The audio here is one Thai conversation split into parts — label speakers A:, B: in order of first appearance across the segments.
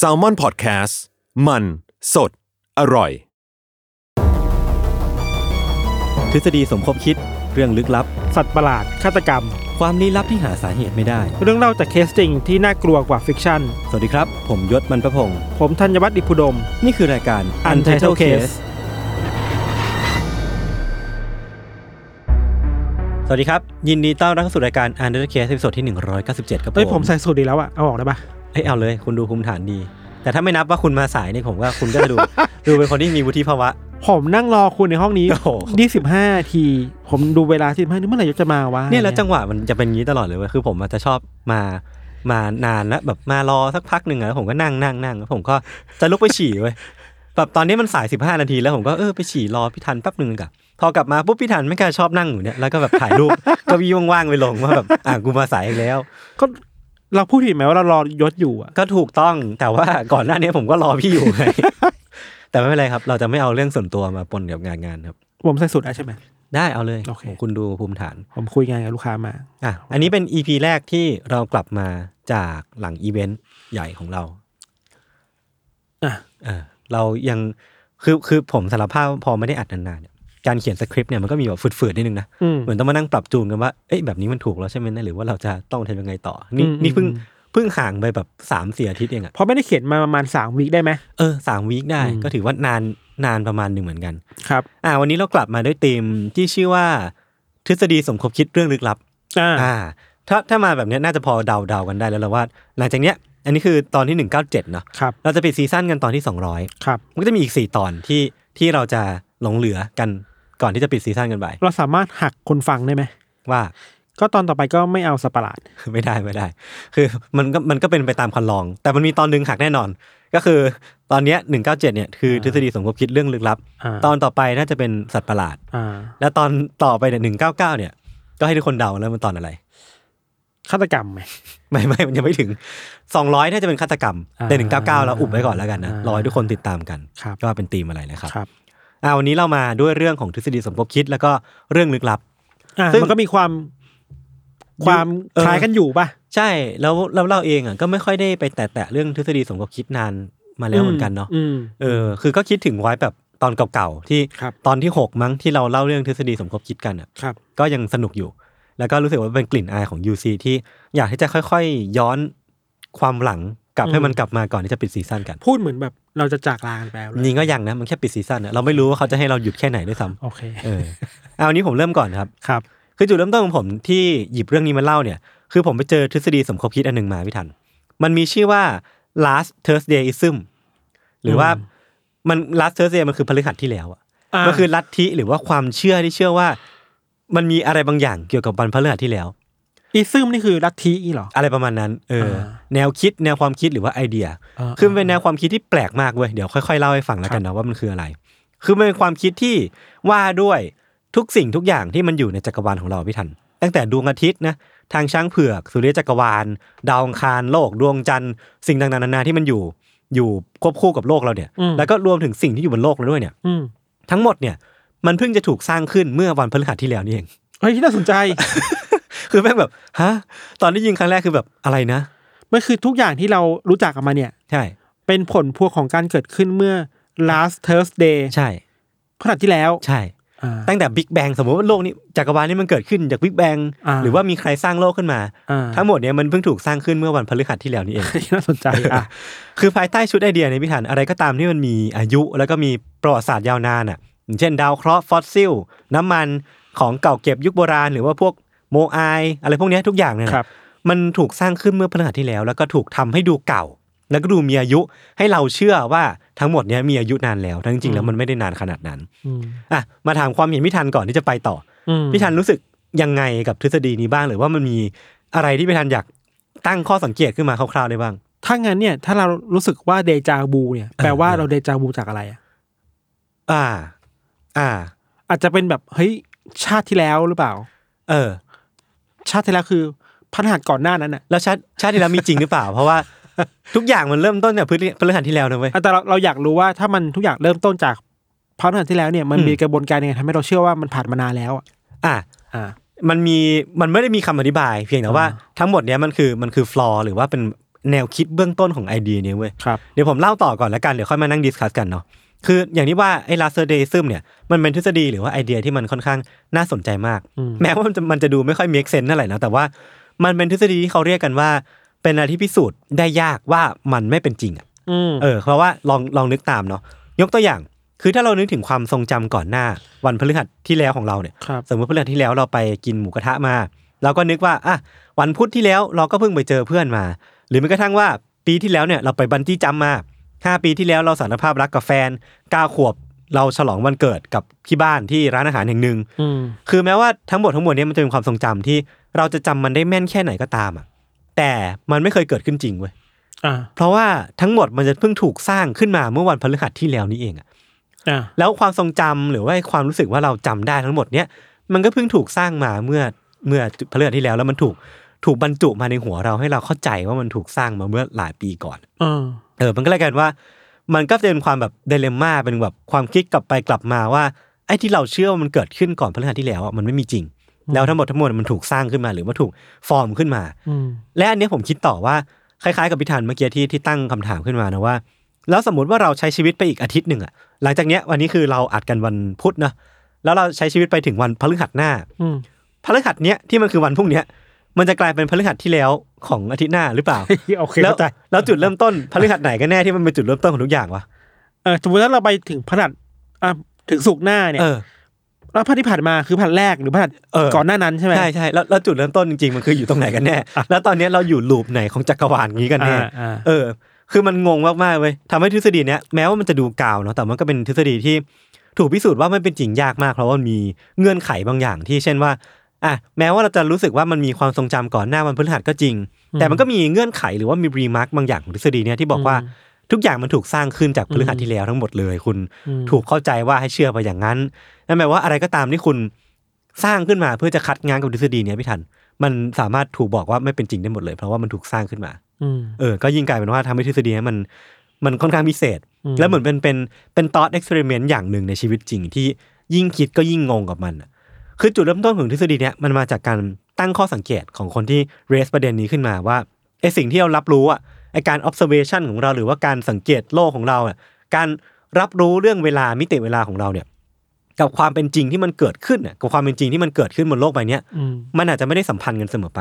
A: s a l m o n PODCAST มันสดอร่อย
B: ทฤษฎีสมคบคิดเรื่องลึกลับ
C: สัตว์ประหลาด ฆาตกรรม
B: ความลี้ลับที่หาสาเหตุไม่ได้
C: เรื่องเล่าจากเคสจริงที่น่ากลัวกว่าฟิกชั่น
B: สวัสดีครับ ผมยศมันประพงศ์
C: ผมธัญวัฒน์อิพุดม
B: นี่คือรายการ Untitled Case สวัสดีครับ ยินดีต้อนรับเข้าสู่รายการ Untitled Case ตอนที่ 197 ครับผม
C: เอ้ยผมใส่สูตรดีแล้วอะเอาออกได้ปะ
B: เอ้ยเอาเลย คุณดูคุมฐานดี แต่ถ้าไม่นับว่าคุณมาสายเนี่ยผมว่าคุณก็จะดู ดูเป็นคนที่มีวุฒิภาวะ
C: ผมนั่งรอคุณในห้องนี้
B: โอ้โห
C: 25 ที ผมดูเวลาสิบห้านี่เมื่อไหร่ยศจะมาวะ
B: เนี่ยแล้วจังหวะมันจะเป็นอย่างนี้ตลอดเลยเว้ยคือผมอาจจะชอบมามานานแล้วแบบมารอสักพักหนึ่งอะแล้วผมก็นั่งนั่งนั่งแล้วผมก็จะลุกไปฉี่เว้ยแบบตอนนี้มันสายสิบห้านาทีแล้วผมก็เออไปฉี่รอพี่ทันแป๊บหนึ่งกับพอกลับมาปุ๊บพี่ทันไม่กล้าชอบนั่งอยู่เนี่ยแล้วก็แบบถ่ายรูป เก็วิ่งว่างๆไปลงว่าแบบอ่ะกูมาสายอีกแล้ว
C: ก็เราพูดผิดไหมว่าเรารอยศอยู่อะ
B: ก็ถูกต้องแต่ว่าก่อนหน้านี้ผมก็รอพี่ อยู่ไง แต่ไม่เป็นไรครับ เราจะไม่เอาเรื่องส่วนตัวมาปนกับงานงานครับ
C: ผมใส่สูตรได้ใช่ไหม
B: ได้เอาเลย
C: โอเค
B: โอ้คุณดูภูมิฐาน
C: ผมคุยงานกับลูกค้ามา
B: อ่ะ อันนี้เป็น EP แรกที่เรากลับมาจากหลังอีเวนต์ใหญ่ของเรา
C: อ่ะ
B: เออเรายัง คือคือผมสารภาพว่าพอไม่ได้อัดนานๆเนี่ยการเขียนสคริปต์เนี่ยมันก็มีแบบฝืดๆนิดนึงนะ
C: อืม
B: เหมือนต้องมานั่งปรับจูนกันว่า เอ๊ะแบบนี้มันถูกแล้วใช่ไหมนะหรือว่าเราจะต้องทำยังไงต่อ นี่
C: อืม
B: นี่เพิ่ง
C: อืม
B: เพิ่งห่างไปแบบสามสี่อาทิตย์เองอะ
C: เพราะไม่ได้เขียนมาประมาณสามวีคได้ไหม
B: เออสามวีคได้
C: อืม
B: ก็ถือว่านานนานประมาณหนึ่งเหมือนกัน
C: ครับ
B: อ่ะวันนี้เรากลับมาด้วยธีมที่ชื่อว่าทฤษฎีสมคบคิดเรื่องลึกลับ
C: อ่า
B: อ่าถ้าถ้ามาแบบเนี้ยน่าจะพอเดาเดากันได้แล้วแหละว่า หลังจากเนี้ย อันนี้คือตอนที่ 197เนาะ
C: ครับ
B: เราจะปิดซีซั่นกันตอนที่ 200
C: ครับ
B: มันก็จะมีอีก 4 ตอนที่ที่เราจะหลงเหลือกันก่อนที่จะปิดซีซั่นกันไป
C: เราสามารถหักคนฟังได้ไหม
B: ว่า
C: ก็ตอนต่อไปก็ไม่เอาสัตว์ประหลาด
B: ไม่ได้ไม่ได้ คือมันก็มันก็เป็นไปตามคันลอง แต่มันมีตอนหนึ่งหักแน่นอน ก็คือตอนเนี้ย197เนี่ยคือทฤษฎีสมคบคิดเรื่องลึกลับ
C: อ่า
B: ตอนต่อไปน่าจะเป็นสัตว์ประหลาด
C: อ่า
B: แล้วตอนต่อไปเนี่ย199เนี่ย ก็ให้ทุกคนเดาแล้วมันตอนอะไร
C: ฆาตกรรมไหม
B: ไม่ไม่มันยังไม่ถึง 200น่าจะเป็นฆาตกรรม
C: อ่า
B: แต่หนึ่งเก้าเก้าเราอุบไว้ก่อนแล้วกันนะ
C: อ่าร
B: อให้ทุกคนติดตามกัน
C: ครับ
B: ก็เป็นธีมอะไรนะครับ
C: ครับ
B: อ่าวันนี้เรามาด้วยเรื่องของทฤษฎีสมคบคิดแล้วก็เรื่องลึกลับ
C: อ่า
B: ซึ่ง
C: มันก็มีความความ
B: เออ
C: คล้ายกันอยู่ป่ะ
B: ใช่แล้วแล้วเราเองอ่ะก็ไม่ค่อยได้ไปแตะแตะเรื่องทฤษฎีสมคบคิดนานมาแล้วเหมือนกันเนาะ
C: ม
B: เออคือก็คิดถึงไว้แบบตอนเก่าๆที่
C: ครับ
B: ตอนที่หกมั้งที่เราเล่าเรื่องทฤษฎีสมคบคิดกันอ่ะ
C: ครับ
B: ก็ยังสนุกอยู่ แล้วก็รู้สึกว่าเป็นกลิ่นอายของ UC ที่อยากที่จะค่อยๆ ย้อนความหลังกลับให้
C: อืม
B: มันกลับมาก่อนที่จะปิดซีซั่นกัน
C: พูดเหมือนแบบเราจะจากลากันไปแล้วเลย
B: จริงก็ยังนะมันแค่ปิดซีซั่นนะเราไม่รู้ว่าเขาจะให้เราหยุดแค่ไหนด้วยซ้
C: โอเค
B: ำเออเอาวันนี้ผมเริ่มก่อนครับ
C: ครับ
B: คือจุดเริ่มต้นของผมที่หยิบเรื่องนี้มาเล่าเนี่ย คือผมไปเจอทฤษฎีสมคบคิดอันหนึ่งมาพี่ทัน มันมีชื่อว่า last Thursdayism หรือว่า
C: อืม
B: มัน last Thursday มันคือพฤหัสที่แล้วอะ
C: า
B: ก็คือลัทธิหรือว่าความเชื่อที่เชื่อว่า มันมีอะไรบางอย่างเกี่ยวกับวันพฤหัสที่แล้ว
C: อีซึมนี่คือลัทธิอีเหรอ
B: อะไรประมาณนั้นเอออา แนวคิดแนวความคิดหรือว่าไอเดีย คือมันเป็นแนวความคิดที่แปลกมากเว้ยเดี๋ยวค่อยๆเล่าให้ฟังแล้วกันนะว่ามันคืออะไร คือมันเป็นความคิดที่ว่าด้วยทุกสิ่งทุกอย่างที่มันอยู่ในจักรวาลของเราพี่ทัน ตั้งแต่ดวงอาทิตย์นะทางช้างเผือก สุริยจักรวาล ดาวอังคารโลก ดวงจันทร์สิ่งต่างๆนานาที่มันอยู่อยู่ควบคู่กับโลกเราเนี่ย
C: อืม
B: แล้วก็รวมถึงสิ่งที่อยู่บนโลกเราด้วยเนี่ย
C: อืม
B: ทั้งหมดเนี่ยมันเพิ่งจะถูกสร้างขึ้นเมื่อวันพฤหัสที่แล้วนี่เอง
C: เฮ้ยน่าสนใจ
B: คือแม่งแบบฮะตอนได้ยินครั้งแรกคือแบบอะไรนะ
C: มันคือทุกอย่างที่เรารู้จักกันมาเนี่ย
B: ใช่
C: เป็นผลพวงของการเกิดขึ้นเมื่อ last Thursday
B: ใช่
C: ขนาดที่แล้ว
B: ใช่
C: อ่า
B: ตั้งแต่บิ๊กแบงสมมติว่าโลกนี้จักรวาลนี้มันเกิดขึ้นจากบิ๊กแบง
C: อ่า
B: หรือว่ามีใครสร้างโลกขึ้นมา
C: อ่า
B: ทั้งหมดเนี่ยมันเพิ่งถูกสร้างขึ้นเมื่อวันพฤหัสที่แล้วนี่เอง
C: น่าสนใจอ่ะ
B: คือภายใต้ชุดไอเดียในยพิธันอะไรก็ตามที่มันมีอายุ แล้วก็มีประวัติศาสตร์ยาวนานอ่ะอย่างเช่นดาวเคราะห์ฟอสซิล น้ำมันของเก่าเก็บยุคโบราณ หรือว่าพวกโมไออะไรพวกเนี้ยทุกอย่างเนี่ยนะครับ มันถูกสร้างขึ้นเมื่อพฤหัสที่แล้ว แล้วก็ถูกทำให้ดูเก่า แล้วก็ดูมีอายุให้เราเชื่อว่าทั้งหมดเนี้ยมีอายุนานแล้วทั้งจริงๆแล้วมันไม่ได้นานขนาดนั้น
C: อืม
B: อ่ะมาถามความเห็นพี่ทันก่อนที่จะไปต่อ
C: อืม
B: พี่ทันรู้สึกยังไงกับทฤษฎีนี้บ้างหรือว่ามันมีอะไรที่พี่ทันอยาก ตั้งข้อสังเกตขึ้นมาคร่าวๆได้บ้าง
C: ถ้างั้นเนี่ยถ้าเรารู้สึกว่าเดจาบูเนี่ยแปลว่าเราเดจาบูจากอะไรอะ
B: อ่า อ่า
C: อาจจะเป็นแบบเฮ้ยชาติที่แล้วหรือเปล่า
B: เออ
C: ชาติที่แล้วคือพันหัสก่อนหน้านั้นอ่ะ
B: แล้วชาติชาติที่แล้วมีจริงหรือเปล่า เพราะ ว่าทุกอย่างมันเริ่มต้นจากพื้นพฤหัสที่แล้วนะเว้ย
C: อ่ะแต่เราเราอยากรู้ว่าถ้ามันทุกอย่างเริ่มต้นจากพันหัสที่แล้วเนี่ยมัน
B: อืม
C: มีกระบวนการยังไงทำให้เราเชื่อว่ามันผ่านมานานแล้วอะ
B: อ่า
C: อ่า
B: มันมีมันไม่ได้มีคำอธิบาย เพียงแต่ว่า
C: อ่า
B: ทั้งหมดเนี้ยมันคือมันคือฟลอหรือว่าเป็นแนวคิดเบื้องต้นของไอเดียเนี้ยเว้ย
C: ครับ
B: เดี๋ยวผมเล่าต่อก่อนแล้วกัน เดี๋ยวค่อยมานั่งดิสคัสกันเนาะคืออย่างที่ว่าไอ้ลาเซอร์เดซึมเนี่ยมันเป็นทฤษฎีหรือว่าไอเดียที่มันค่อนข้างน่าสนใจมาก
C: อืม
B: แม้ว่ามันจะมันจะดูไม่ค่อยมีเซนเท่าไหร่นะแต่ว่ามันเป็นทฤษฎีที่เขาเรียกกันว่า เป็นอะไรที่พิสูจน์ได้ยากว่ามันไม่เป็นจริงอะ
C: อืม
B: เออเพราะว่าลองลองนึกตามเนาะยกตัวอย่าง คือถ้าเรานึกถึงความทรงจำก่อนหน้า วันพฤหัสที่แล้วของเราเนี่ย
C: ครับ
B: สมมติพฤหัสที่แล้วเราไปกินหมูกระทะมาเราก็นึกว่าอ่ะวันพุธที่แล้วเราก็เพิ่งไปเจอเพื่อนมา หรือแม้กระทั่งว่าปีที่แล้วเนี่ยเราไปบันจี้จัมมาห้าปีที่แล้วเราสารภาพรักกับแฟนเก้าขวบเราฉลองวันเกิดกับที่บ้านที่ร้านอาหารแห่งหนึ่ง
C: อืม
B: คือแม้ว่าทั้งหมดทั้งมวลเนี้มันจะเป็นความทรงจำที่เราจะจำมันได้แม่นแค่ไหนก็ตามอ่ะแต่มันไม่เคยเกิดขึ้นจริงเว้ย
C: อ่า
B: เพราะว่าทั้งหมดมันจะเพิ่งถูกสร้างขึ้นมาเมื่อวันพฤหัสที่แล้วนี้เองอะ
C: อ่า
B: แล้วความทรงจำหรือว่าความรู้สึกว่าเราจำได้ทั้งหมดเนี้ยมันก็เพิ่งถูกสร้างมาเมื่อเมื่อพฤหัสที่แล้วแล้วมันถูกถูกบรรจุมาในหัวเราให้เราเข้าใจว่ามันถูกสร้างมาเมื่อหลายปีก่อน
C: อ่า
B: เออมันก็เลยกลายเป็นว่า มันก็เป็นความแบบเดเลม่าเป็นแบบความคิดกลับไปกลับมาว่าไอ้ที่เราเชื่อว่ามันเกิดขึ้นก่อนพฤหัสที่แล้วอะมันไม่มีจริง แล้วทั้งหมดทั้งมวลมันถูกสร้างขึ้นมาหรือว่าถูกฟอร์มขึ้นมา
C: อืม
B: และอันเนี้ยผมคิดต่อว่าคล้ายๆกับพิธานเมื่อกี้ที่ที่ตั้งคำถามขึ้นมานะว่า แล้วสมมติว่าเราใช้ชีวิตไปอีกอาทิตย์หนึ่งอะหลังจากเนี้ยวันนี้คือเราอัดกันวันพุธนะแล้วเราใช้ชีวิตไปถึงวันพฤหัสหน้า
C: อืม
B: พฤหัสเนี้ยที่มันคือวันพรุ่งเนี้ยมันจะกลายเป็นพฤหัสที่แล้วของอาทิตย์หน้าหรือเปล่า
C: โอเค
B: แล้ว
C: เข้าใจ
B: แล้วจุดเริ่มต้นพฤหัสไหนกันแน่ที่มันเป็นจุดเริ่มต้นของทุกอย่างวะ
C: เออสมมติถ้าเราไปถึงพันหัสอ่ะถึงสุกร์หน้าเนี่ย
B: เออ
C: แล้วพันที่ผ่านมาคือพันแรกหรือพันหัส
B: เออ
C: ก่อนหน้านั้นใช่ไหม
B: ใช่ใช่แล้วแล้วจุดเริ่มต้นจริงๆมันคืออยู่ตรงไหนกันแน่ แล้วตอนเนี้ยเราอยู่ลูปไหนของจักรวาลนี้กันแน่
C: อ่าอ่า
B: เออ คือมันงงมากๆเว้ยทำให้ทฤษฎีเนี้ยแม้ว่ามันจะดูกาวเนาะแต่มันก็เป็นทฤษฎีที่ถูกพิสูจน์ว่ามันเป็นจริงยากมากเพราะว่ามันมีเงื่อนไขบางอย่างที่เช่นว่าอ่ะแม้ว่าเราจะรู้สึกว่ามันมีความทรงจำก่อนหน้าวันพฤหัสก็จริง แต่มันก็มีเงื่อนไขหรือว่ามีรีมาร์กบางอย่างของทฤษฎีเนี้ยที่บอกว่าทุกอย่างมันถูกสร้างขึ้นจากพฤหัสที่แล้วทั้งหมดเลยคุณ
C: อืม
B: ถูกเข้าใจว่าให้เชื่อไปอย่างนั้น นั่นหมายว่าอะไรก็ตามที่คุณสร้างขึ้นมาเพื่อจะคัดง้างกับทฤษฎีเนี้ยพี่ทัน มันสามารถถูกบอกว่าไม่เป็นจริงได้หมดเลย เพราะว่ามันถูกสร้างขึ้นมา
C: อืม
B: เออ ก็ยิ่งกลายเป็นว่าทำให้ทฤษฎีเนี้ยมันมันค่อนข้างพิเศษ
C: อืม
B: แล้วเหมือนเป็นเป็นเป็นตอดเอ็กซ์เพร์เมนต์อย่างหนึ่งในชีวิตจริง ที่ยิ่งคิดก็ยิ่งงงกับมันอะคือจุดเริ่มต้นของทฤษฎีเนี้ยมันมาจากการตั้งข้อสังเกตของคนที่เรสประเด็นนี้ขึ้นมาว่าไอสิ่งที่เรารับรู้อะไอการ observation ของเราหรือว่าการสังเกตโลกของเราอะการรับรู้เรื่องเวลามิติเวลาของเราเนี่ย กับความเป็นจริงที่มันเกิดขึ้นอะกับความเป็นจริงที่มันเกิดขึ้นบนโลกใบเนี้ย
C: อืม
B: มันอาจจะไม่ได้สัมพันธ์กันเสมอไป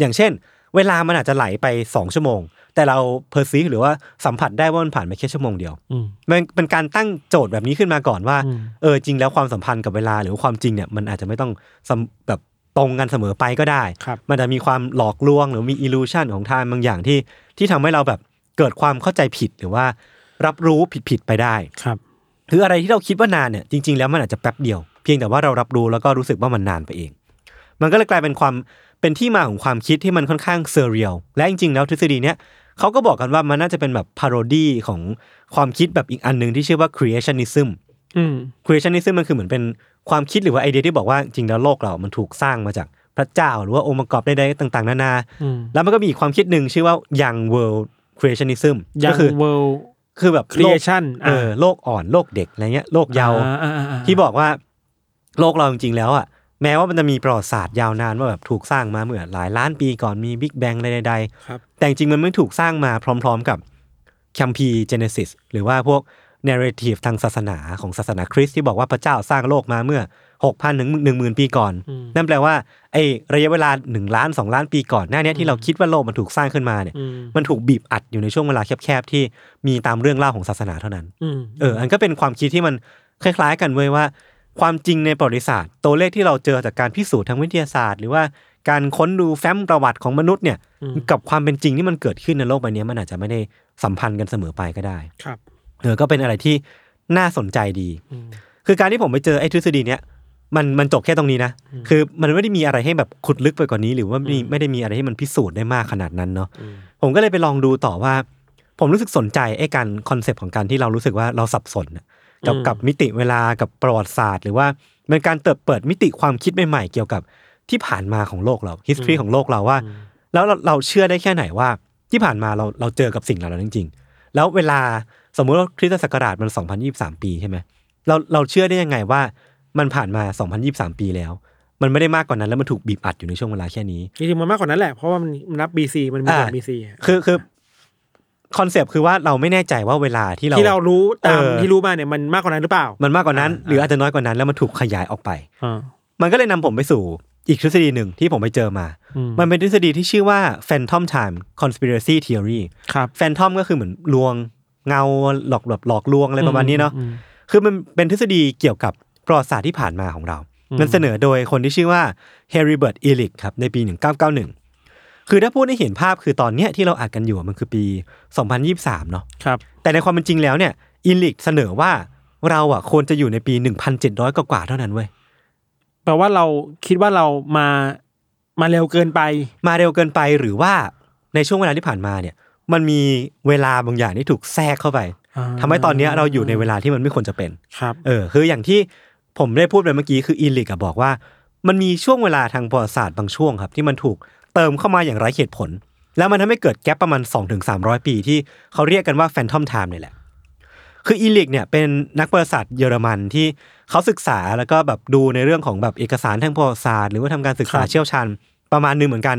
B: อย่างเช่น เวลามันอาจจะไหลไป 2 ชั่วโมง แต่เราเพอร์ซีหรือว่าสัมผัสได้ว่ามันผ่านไปแค่ชั่วโมงเดียว
C: อืม
B: มันเป็นการตั้งโจทย์แบบนี้ขึ้นมาก่อนว่า
C: อืม
B: เออจริงแล้วความสัมพันธ์กับเวลาหรือว่าความจริงเนี่ยมันอาจจะไม่ต้องสัมแบบตรงกันเสมอไปก็ได้
C: ครับ
B: มันจะมีความหลอกลวงหรือมีอิลูชันของทางบางอย่างที่ที่ทำให้เราแบบเกิดความเข้าใจผิดหรือว่า รับรู้ผิดๆไปได้
C: ครับ
B: คืออะไรที่เราคิดว่านานเนี่ยจริงๆแล้วมันอาจจะแป๊บเดียว เพียงแต่ว่าเรารับรู้แล้วก็รู้สึกว่ามันนานไปเอง มันก็เลยกลายเป็นความเป็นที่มาของความคิดที่มันค่อนข้างเซเรียลและจริงๆแล้วทฤษฎีเนี้ยเขาก็บอกกันว่ามันน่าจะเป็นแบบพาโรดีของความคิดแบบอีกอันหนึ่งที่ชื่อว่า creationism
C: อืม
B: creationism มันคือเหมือนเป็นความคิดหรือว่าไอเดียที่บอกว่าจริงๆแล้วโลกเรา มันถูกสร้างมาจากพระเจ้า หรือว่าองค์ประกอบใดๆต่างๆนานา
C: อืม
B: แล้วมันก็มีอีกความคิดหนึ่งชื่อว่า young world creationism
C: ยั
B: ก็
C: ง
B: คือ
C: เวิลด์
B: คือแบบ
C: ครี
B: โล
C: เอก ชั่น
B: เออโลกอ่อนโลกเด็กอะไรเงี้ยโลกเยาว์ ที่บอกว่าโลกเราจริงๆแล้วอ่ะแม้ว่ามันจะมีประวัติศาสตร์ยาวนานว่าแบบถูกสร้างมาเมื่อหลายล้านปีก่อนมีบิ๊กแบงอะไรใด
C: ครับ
B: ๆแต่จริงๆมันไม่ถูกสร้างมาพร้อมๆกับคัมภีร์เจเนซิสหรือว่าพวกเนเรทีฟทางศาสนาของศาสนาคริสต์ที่บอกว่าพระเจ้าสร้างโลกมาเมื่อ 6 0 0 0 ถึง1 0,000 ปีก่อน
C: อืม
B: นั่นแปลว่าไอ้ระยะเวลา 1 ล้าน 2 ล้านปีก่อนหน้าเนี้ยที่เราคิดว่าโลกมันถูกสร้างขึ้นมาเนี่ย
C: อืม
B: มันถูกบีบอัดอยู่ในช่วงเวลาแคบๆที่มีตามเรื่องเล่าของศาสนาเท่านั้น
C: อืม
B: เออ อันก็เป็นความคิดที่มันคล้ายๆกันเว้ยว่า ความจริงในประวัติศาสตร์ ตัวเลขที่เราเจอจากการพิสูจน์ทางวิทยาศาสตร์ หรือว่าการค้นดูแฟ้มประวัติของมนุษย์เนี่ย กับความเป็นจริงที่มันเกิดขึ้นในโลกใบเนี้ยมันอาจจะไม่ได้สัมพันธ์กันเสมอไปก็ได้
C: ครับ
B: เออ ก็เป็นอะไรที่น่าสนใจดี
C: อืม
B: คือการที่ผมไปเจอไอ้ทฤษฎีเนี้ย มันมันจบแค่ตรงนี้นะ คือมันไม่ได้มีอะไรให้แบบขุดลึกไปกว่านี้ หรือว่ามี
C: อืม
B: ไม่ได้มีอะไรให้มันพิสูจน์ได้มากขนาดนั้นเนาะ ผมก็เลยไปลองดูต่อว่า ผมรู้สึกสนใจไอ้การคอนเซปต์ของการที่เรารู้สึกว่าเราสับสนน่ะกับ
C: อืม
B: กับมิติเวลากับประวัติศาสตร์ หรือว่าเป็นการเติบเปิดมิติความคิดใหม่ๆ เกี่ยวกับที่ผ่านมาของโลกเรา history ของโลกเราว่า แล้วเราเราเชื่อได้แค่ไหนว่าที่ผ่านมาเราเราเจอกับสิ่งเหล่านั้นจริง ๆ แล้วเวลาสมมุติว่าคริสตศักราชมัน 2023 ปีใช่ไหมเราเราเชื่อได้ยังไงว่ามันผ่านมา 2023 ปีแล้ว มันไม่ได้มากกว่านั้นแล้วมันถูกบีบอัดอยู่ในช่วงเวลาแค่นี้
C: จริงๆมันมากกว่านั้นแหละ เพราะว่ามันมันนับ BC มันมี
B: อ่า
C: หลัง BC
B: คือคือคอนเซปต์คือว่าเราไม่แน่ใจว่าเวลาที่เรา
C: ที่เรารู้ตาม
B: เออ
C: ที่รู้มาเนี่ยมันมากกว่านั้นหรือเปล่า
B: มันมากกว่านั้น
C: อ่า
B: หรืออาจจะน้อยกว่านั้นแล้วมันถูกขยายออกไป
C: อ่า
B: มันก็เลยนำผมไปสู่อีกทฤษฎีหนึ่งที่ผมไปเจอมา
C: มั
B: มันเป็นทฤษฎีที่ชื่อว่า phantom time conspiracy theory
C: ครับ
B: แฟนทอมก็คือเหมือนลวงเงาหลอกแบบหลอกลวงอะไรประมาณนี้เนาะ
C: อืม
B: คือมันเป็นทฤษฎีเกี่ยวกับประวัติศาสตร์ที่ผ่านมาของเรา
C: อืม
B: มันเสนอโดยคนที่ชื่อว่าเฮริเบิร์ตอีลิกครับในปี 1991 คือถ้าพูดให้เห็นภาพคือตอนเนี้ยที่เราอ่านกันอยู่มันคือปี 2023 เนาะ
C: ครับ
B: แต่ในความเป็นจริงแล้วเนี่ยอีลิกเสนอว่าเราอ่ะควรจะอยู่ในปี 1,700 กว่าๆเท่านั้นเว้ย
C: แปลว่าเราคิดว่าเรามามาเร็วเกินไป
B: มาเร็วเกินไปหรือว่าในช่วงเวลาที่ผ่านมาเนี่ยมันมีเวลาบางอย่างที่ถูกแทรกเข้าไป
C: อ่า
B: ทำให้ตอนเนี้ยเราอยู่ในเวลาที่มันไม่ควรจะเป็น
C: ครับ
B: เออคืออย่างที่ผมได้พูดไปเมื่อกี้คืออีลิกอะบอกว่า มันมีช่วงเวลาทางประวัติศาสตร์บางช่วงครับ ที่มันถูกเติมเข้ามาอย่างไร้เหตุผล แล้วมันทำให้เกิดแกลบประมาณ 2-300 ปีที่เขาเรียกกันว่าแฟนทอมไทม์เนี่ยแหละ คืออีลิกเนี่ยเป็นนักประวัติศาสตร์เยอรมันที่เขาศึกษาแล้วก็แบบดูในเรื่องของแบบเอกสารทางประวัติศาสตร์หรือว่าทำการศึกษา
C: ครับ
B: เชี่ยวชาญประมาณหนึงเหมือนกัน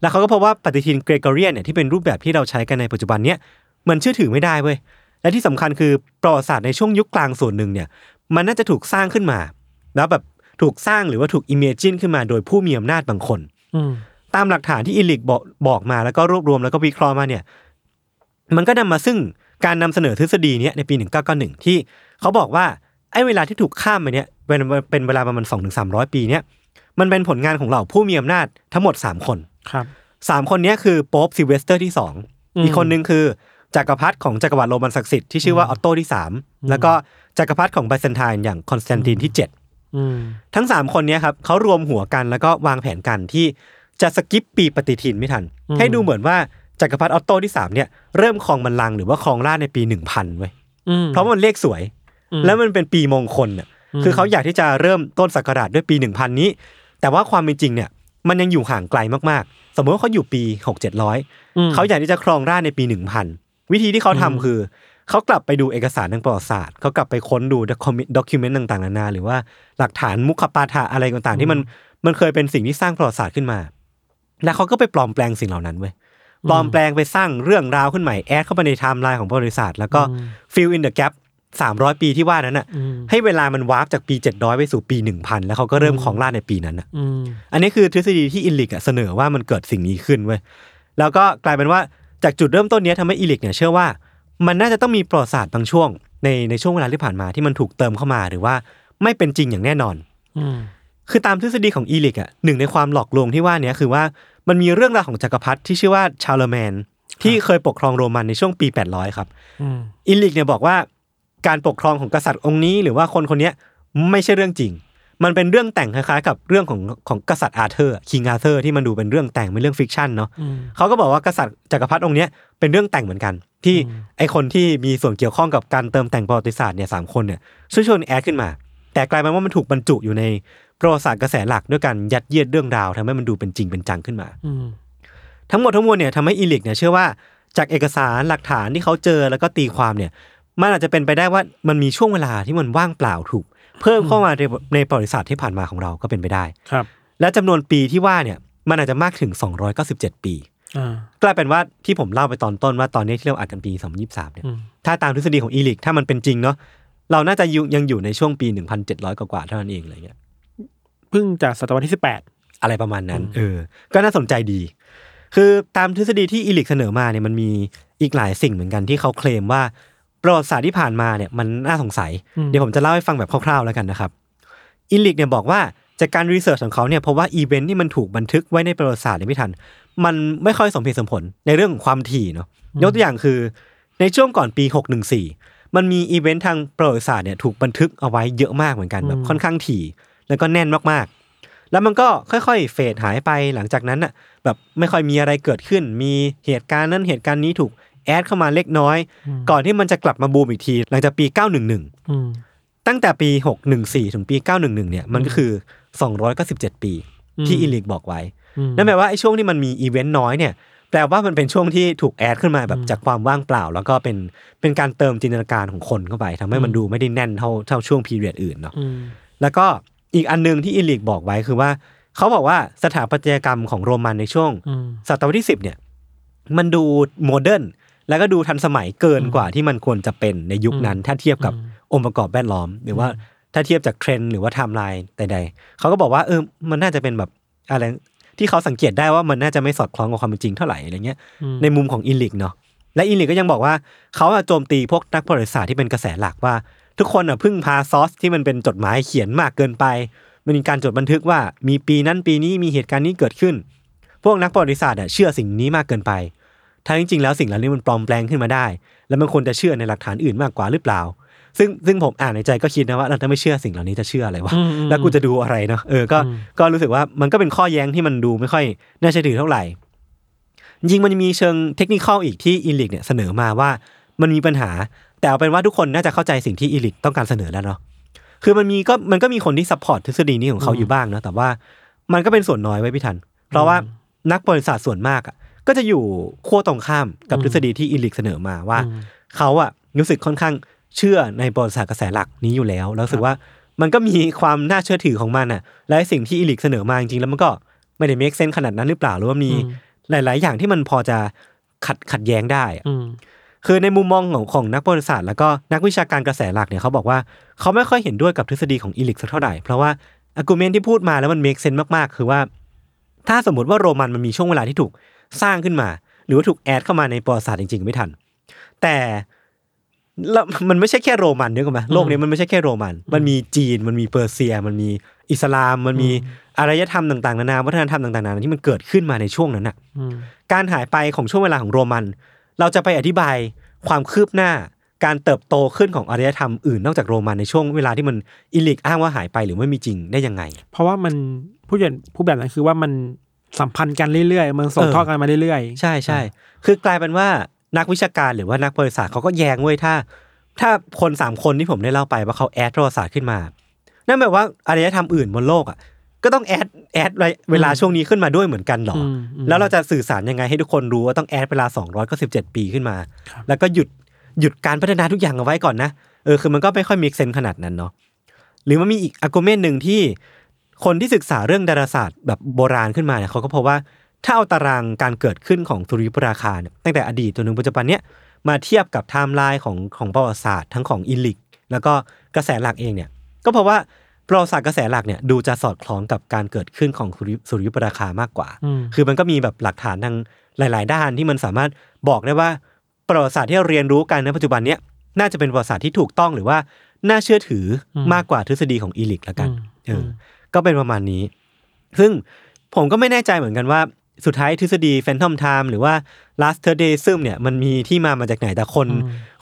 B: แล้วเขาก็พบว่าปฏิทินเกรกอเรียนเนี่ยที่เป็นรูปแบบที่เราใช้กันในปัจจุบันเนี่ยมันเชื่อถือไม่ได้เว้ยและที่สำคัญคือประวัติศาสตร์ในช่วงยุคกลางส่วนหนึ่งเนี่ย มันน่าจะถูกสร้างขึ้นมา แล้วแบบถูกสร้างหรือว่าถูกอิมเมจินขึ้นมาโดยผู้มีอำนาจบางคน
C: อืม
B: ตามหลักฐานที่อิลิกบอกบอกมาแล้วก็รวบรวมแล้วก็วิเคราะห์มาเนี่ย มันก็นำมาซึ่งการนำเสนอทฤษฎีเนี้ยในปี 1991 ที่เขาบอกว่าไอ้เวลาที่ถูกข้ามมาเนี่ยเป็นเป็นเวลาประมาณ 2-300 ปีเนี่ยมันเป็นผลงานของเหล่าผู้มีอำนาจทั้งหมด 3 คน
C: ครับ
B: สามคนเนี้ยคือโป๊ปซิลเวสเตอร์ที่สอง
C: อืม
B: อีกคนหนึ่งคือจักรพรรดิของจักรวรรดิโรมันศักดิ์สิทธิ์ที่ชื่อว่าออตโตที่สาม แล้วก็จักรพรรดิของไบเซนไทน์อย่างคอนสแตนตินที่เจ็ด
C: อืม
B: ทั้งสามคนเนี้ยครับเขารวมหัวกันแล้วก็วางแผนกันที่จะสกิปปีปฏิทินไม่ทัน
C: อืม
B: ให้ดูเหมือนว่าจักรพรรดิออตโตที่สามเนี่ยเริ่มครองบัลลังก์หรือว่าครองราชย์ในปีหนึ่งพันเว้ย
C: อืม
B: เพราะมันเลขสวย
C: อืม
B: แล้วมันเป็นปีมงคลน่ะ
C: อืม
B: คือเขาอยากที่จะเริ่มต้นศักราชด้วยปี 1000 นี้ แต่ว่าความเป็นจริงเนี่ย มันยังอยู่ห่างไกลมากๆ สมมติว่าเขาอยู่ปี 6700
C: ม
B: เขาอยากที่จะครองราชย์ในปี 1000 วิธีที่เขาทำ
C: อืม
B: คือ เขากลับไปดูเอกสารทางประวัติศาสตร์ เขากลับไปค้นดูด็อกิเมนต์ต่างๆ นานา หรือว่าหลักฐานมุขปาฐะอะไรต่างๆ ที่มันมันเคยเป็นสิ่งที่สร้างประวัติศาสตร์ขึ้นมา แล้วเขาก็ไปปลอมแปลงสิ่งเหล่านั้นเว้ย ปลอมแปลงไปสร้างเรื่องราวขึ้นใหม่แอดเข้าไปในไทม์ไลน์ของบริษัทแล้วก็
C: อืม
B: fill in the gap 300 ปีที่ว่านั้นน่ะ
C: อืม
B: ให้เวลามันวาร์ปจากปี 700 ไปสู่ปี 1000 แล้วเขาก็เริ่มของราชย์ในปีนั้นน่ะ
C: อืม
B: อันนี้คือทฤษฎีที่อิลิกอะเสนอว่ามันเกิดสิ่งนี้ขึ้นเว้ย แล้วก็กลายเป็นว่าจากจุดเริ่มต้นเนี้ยทำให้อิลิกเนี่ยเชื่อว่า มันน่าจะต้องมีประวัติศาสตร์บางช่วง ในในช่วงเวลาที่ผ่านมาที่มันถูกเติมเข้ามาหรือว่าไม่เป็นจริงอย่างแน่นอน
C: อืม
B: คือตามทฤษฎีของอีลิกอ่ะหนึ่งในความหลอกลวงที่ว่าเนี้ยคือว่ามันมีเรื่องราวของจักรพรรดิที่ชื่อว่าชาร์ลแมน ที่เคยปกครองโรมันในช่วงปี 800 ครับ
C: อืม
B: อิลิกเนี่ยบอกว่าการปกครองของกษัตริย์องค์นี้ หรือว่าคนคนเนี้ยไม่ใช่เรื่องจริง มันเป็นเรื่องแต่งคล้ายๆกับเรื่องของของกษัตริย์อาเธอร์คิงอาเธอร์ที่มันดูเป็นเรื่องแต่งเป็นเรื่องฟิกชันเนาะ
C: อืม
B: เขาก็บอกว่ากษัตริย์จักรพรรดิองค์เนี้ยเป็นเรื่องแต่งเหมือนกัน ที่ไอคนที่มีส่วนเกี่ยวข้องกับการเติมแต่งประวัติศาสตร์เนี่ยสามคนเนี่ยช่วยชวนแอดขึ้นมา แต่กลายเป็นว่ามันถูกบรรจุอยู่ในประวัติศาสตร์กระแสหลักด้วยการยัดเยียดเรื่องราวทำให้มันดูเป็นจริงเป็นจังขึ้นมา
C: อืม
B: ทั้งหมดทั้งมวลเนี่ยทำให้อีลิกเนี่ยเชื่อว่าจากเอกสารหลักฐานที่เขาเจอแล้วก็ตีความเนี่ย มันอาจจะเป็นไปได้ว่ามันมีช่วงเวลาที่มันว่างเปล่าถูก เพิ่มเข้ามาในในประวัติศาสตร์ที่ผ่านมาของเราก็เป็นไปได้
C: ครับ
B: และจำนวนปีที่ว่าเนี่ยมันอาจจะมากถึง 297 ปี
C: อ่า
B: กลายเป็นว่าที่ผมเล่าไปตอนต้นว่าตอนนี้ที่เราอ่านกันปี 2023เนี่ย
C: อืม
B: ถ้าตามทฤษฎีของอีลิกถ้ามันเป็นจริงเนาะเราน่าจะอยู่ยังอยู่ในช่วงปี 1,700 กว่าๆเท่านั้นเองอะไรเงี้ย
C: เพิ่งจากศตวรรษที่สิบแปด
B: อะไรประมาณนั้น
C: อืม
B: เออ ก็น่าสนใจดี คือตามทฤษฎีที่อีลิกเสนอมาเนี่ยมันมีอีกหลายสิ่งเหมือนกันที่เขาเคลมว่าประวัติศาสตร์ที่ผ่านมาเนี่ยมันน่าสงสัย เดี๋ยวผมจะเล่าให้ฟังแบบคร่าวๆแล้วกันนะครับอีลิกเนี่ยบอกว่าจากการรีเสิร์ชของเขาเนี่ยเพราะว่าอีเวนท์ที่มันถูกบันทึกไว้ในประวัติศาสตร์เนี่ยไม่ทัน มันไม่ค่อยสมเหตุสมผลในเรื่องของความถี่เนาะยกตัวอย่างคือในช่วงก่อนปี 614 มันมีอีเวนท์ทางประวัติศาสตร์เนี่ยถูกบันทึกเอาไว้เยอะมากเหมือนกันแบบ
C: อืม
B: ค่อนข้างถี่ แล้วก็แน่นมากๆ แล้วมันก็ค่อยๆ เฟดหายไปหลังจากนั้นน่ะแบบไม่ค่อยมีอะไรเกิดขึ้น มีเหตุการณ์นั้นเหตุการณ์นี้ถูกแอดเข้ามาเล็กน้อย ก่อนที่มันจะกลับมาบูมอีกที หลังจากปี 911
C: อืม
B: ตั้งแต่ปี 614 ถึงปี 911 เนี่ยมันก็คือ 297 ปีที่อีลิกบอกไว้
C: อืม
B: นั่นแปลว่าไอ้ช่วงที่มันมีอีเวนต์น้อยเนี่ยแปลว่ามันเป็นช่วงที่ถูกแอดขึ้นมาแบบจากความว่างเปล่า แล้วก็เป็นเป็นการเติมจินตนาการของคนเข้าไปทำให้มัน
C: อืม
B: ดูไม่ได้แน่นเท่าเท่าช่วงพีเรียดอื่นเนาะ
C: อืม
B: แล้วก็อีกอันหนึงที่อิลิกบอกไว้คือว่าเขาบอกว่าสถาปัตยกรรมของโรมันในช่วง
C: อืม
B: ศตวรรษที่ 10 เนี่ยมันดูโมเดิร์นแล้วก็ดูทันสมัยเกินกว่าที่มันควรจะเป็นในยุคนั้น ถ้าเทียบกับ
C: อืม
B: องค์ประกอบแวดล้อม หรือว่าถ้าเทียบจากเทรนด์หรือว่าไทม์ไลน์ใดๆเขาก็บอกว่าเออมันน่าจะเป็นแบบอะไรที่เขาสังเกตได้ว่ามันน่าจะไม่สอดคล้องกับความเป็นจริงเท่าไหร่อะไรเงี้ย
C: อืม
B: ในมุมของอิลิกเนาะและอิลิกก็ยังบอกว่าเขาอะโจมตีพวกนักประวัติศาสตร์ที่เป็นกระแสหลักว่า ทุกคนอะพึ่งพาซอสที่มันเป็นจดหมายเขียนมากเกินไป มันมีการจดบันทึกว่ามีปีนั้นปีนี้มีเหตุการณ์นี้เกิดขึ้น พวกนักประวัติศาสตร์อะเชื่อสิ่งนี้มากเกินไปทั้งจริงๆแล้วสิ่งเหล่านี้มันปลอมแปลงขึ้นมาได้ แล้วมันควรจะเชื่อในหลักฐานอื่นมากกว่าหรือเปล่า ซึ่งซึ่งผมอ่านในใจก็คิดนะว่าเราถ้าไม่เชื่อสิ่งเหล่านี้จะเชื่ออะไรวะ
C: อืมอืม
B: แล้วกูจะดูอะไรเนาะเออก็ก็รู้สึกว่ามันก็เป็นข้อแย้งที่มันดูไม่ค่อยน่าเชื่อถือเท่าไหร่ จริงๆมันจะมีเชิงเทคนิคอลอีกที่อิลิกเนี่ยเสนอมาว่ามันมีปัญหา แต่เอาเป็นว่าทุกคนน่าจะเข้าใจสิ่งที่อิลิกต้องการเสนอแล้วเนาะคือมันมีก็มันก็มีคนที่ซัพพอร์ตทฤษฎีนี้ของเขาอยู่บ้างเนาะแต่ว่ามันก็เป็นส่วนน้อยไว้ยพี่ทัน เพราะว่านักประวัติศาสตร์ส่วนมากอ่ะก็จะอยู่ขั้วตรงข้ามกับ
C: อืม
B: ทฤษฎีที่อิลิกเสนอมาว่า
C: อืม
B: เขาอะรู้สึกค่อนข้างเชื่อในประวัติศาสตร์กระแสหลักนี้อยู่แล้วแล้วรู้สึกว่ามันก็มีความน่าเชื่อถือของมันอะและสิ่งที่อิลิกเสนอมาจริงๆแล้วมันก็ไม่ได้เมคเซนขนาดนั้นหรือเปล่าหรือว่ามี
C: อืม
B: หลาย ๆ อย่างที่มันพอจะขัดขัดแย้งได้อะ
C: อืม
B: คือในมุมมองของของนักประวัติศาสตร์แล้วก็นักวิชาการกระแสหลักเนี่ยเขาบอกว่าเขาไม่ค่อยเห็นด้วยกับทฤษฎีของอิลิกสักเท่าไหร่เพราะว่าอากูเมนที่พูดมาแล้วมันเมคเซนมากๆ คือว่า ถ้าสมมติว่าโรมันมันมีช่วงเวลาที่ถูกสร้างขึ้นมา หรือว่าถูกแอดเข้ามาในประวัติศาสตร์จริงๆไม่ทัน แต่แล้วมันไม่ใช่แค่โรมันด้วยกันไหมโลกนี้มันไม่ใช่แค่โรมัน มันมีจีน มันมีเปอร์เซีย มันมีอิสลาม มันมีอารยธรรมต่างๆนานาวัฒนธรรมต่างๆนานาที่มันเกิดขึ้นมาในช่วงนั้นน่ะ
C: อืม
B: การหายไปของช่วงเวลาของโรมัน เราจะไปอธิบายความคืบหน้า การเติบโตขึ้นของอารยธรรมอื่นนอกจากโรมันในช่วงเวลาที่มันอิลิกอ้างว่าหายไปหรือไม่มีจริงได้ยังไง
C: เพราะว่ามันผู้เรียนผู้แบบนั้นคือว่ามันสัมพันธ์กันเรื่อยๆ มันส่ง
B: เออ
C: ทอดกันมาเรื่อยๆ
B: ใช่ใช่ คือกลายเป็นว่านักวิชาการหรือว่านักประวัติศาสตร์เขาก็แย้งเว้ยถ้า ถ้าคนสามคนที่ผมได้เล่าไปว่าเขาแอดประวัติศาสตร์ขึ้นมา นั่นแปลว่าอารยธรรมอื่นบนโลกอ่ะก็ต้องแอดแอดเวลาช่วงนี้ขึ้นมาด้วยเหมือนกันเหรออ
C: มอืม
B: แล้วเราจะสื่อสารยังไงให้ทุกคนรู้ว่าต้องแอดเวลา 297 ปีขึ้นมา
C: ครับ
B: แล้วก็หยุดหยุดการพัฒนาทุกอย่างเอาไว้ก่อนนะเออคือมันก็ไม่ค่อยมีเซนขนาดนั้นเนาะหรือมันมีอีกอากูเมนหนึ่งที่คนที่ศึกษาเรื่องดาราศาสตร์แบบโบราณขึ้นมาเนี่ยเขาก็พบว่า ถ้าเอาตารางการเกิดขึ้นของสุริยุปราคาเนี่ยตั้งแต่อดีตจนถึงปัจจุบันเนี่ยมาเทียบกับไทม์ไลน์ของของประวัติศาสตร์ทั้งของอิลิก แล้วก็กระแสหลักเองเนี่ยก็เพราะว่าประวัติศาสตร์กระแสหลักเนี่ยดูจะสอดคล้องกับการเกิดขึ้นของสุริยุสุริยุปราคามากกว่า
C: อืม
B: คือมันก็มีแบบหลักฐานทางหลาย ๆ ด้านที่มันสามารถบอกได้ว่าประวัติศาสตร์ที่เราเรียนรู้กันในปัจจุบันเนี้ยน่าจะเป็นประวัติศาสตร์ที่ถูกต้องหรือว่าน่าเชื่อถืออ
C: ม
B: มากกว่าทฤษฎีของอีลิกละกัน
C: อืม
B: เอออก็เป็นประมาณนี้ ซึ่งผมก็ไม่แน่ใจเหมือนกันว่าสุดท้ายทฤษฎี Phantom Time หรือว่า Last t e r d a y ซึมเนี่ยมันมีที่มามาจากไหนแต่คน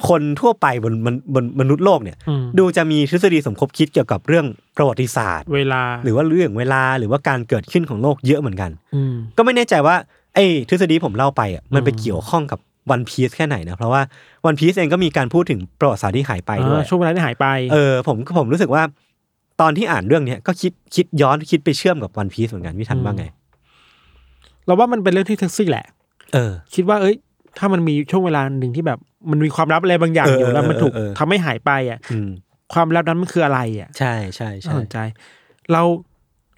B: คนทั่วไปบนบนบนมนุษย์โลกเนี่ย
C: อืม
B: ดูจะมีทฤษฎีสมคบคิดเกี่ยวกับเรื่องประวัติศาสตร์
C: เวลา
B: หรือว่าเรื่องเวลาหรือว่าการเกิดขึ้นของโลกเยอะเหมือนกัน
C: อืม
B: ก็ไม่แน่ใจว่าไอ้ทฤษฎีผมเล่าไปอ่ะมันไป
C: อืม
B: เกี่ยวข้องกับวันพีซแค่ไหนนะ เพราะว่าวันพีซเองก็มีการพูดถึงประวัติศาสตร์ที่หายไปด้วย
C: อ่าช่วงเวลาที่หายไป
B: เออผมผมรู้สึกว่า ตอนที่อ่านเรื่องเนี้ยก็คิดคิดย้อนคิดไปเชื่อมกับวันพีซเหมือนกันพี่ทัน
C: อืม
B: ว่าไง
C: เราว่ามันเป็นเรื่องที่เท็กซี่แหละ
B: เออ
C: คิดว่าเอ้ย ถ้ามันมีช่วงเวลาหนึ่งที่แบบ มันมีความลับอะไรบางอย่าง
B: เออ
C: อ
B: อยู่
C: แล้วมันถูก
B: เออเออ
C: ทำให้หายไปอ่ะ
B: อืม
C: ความลับนั้นมันคืออะไรอ่ะ
B: ใช่ใช่
C: น่า
B: ใช่
C: สนใจ เรา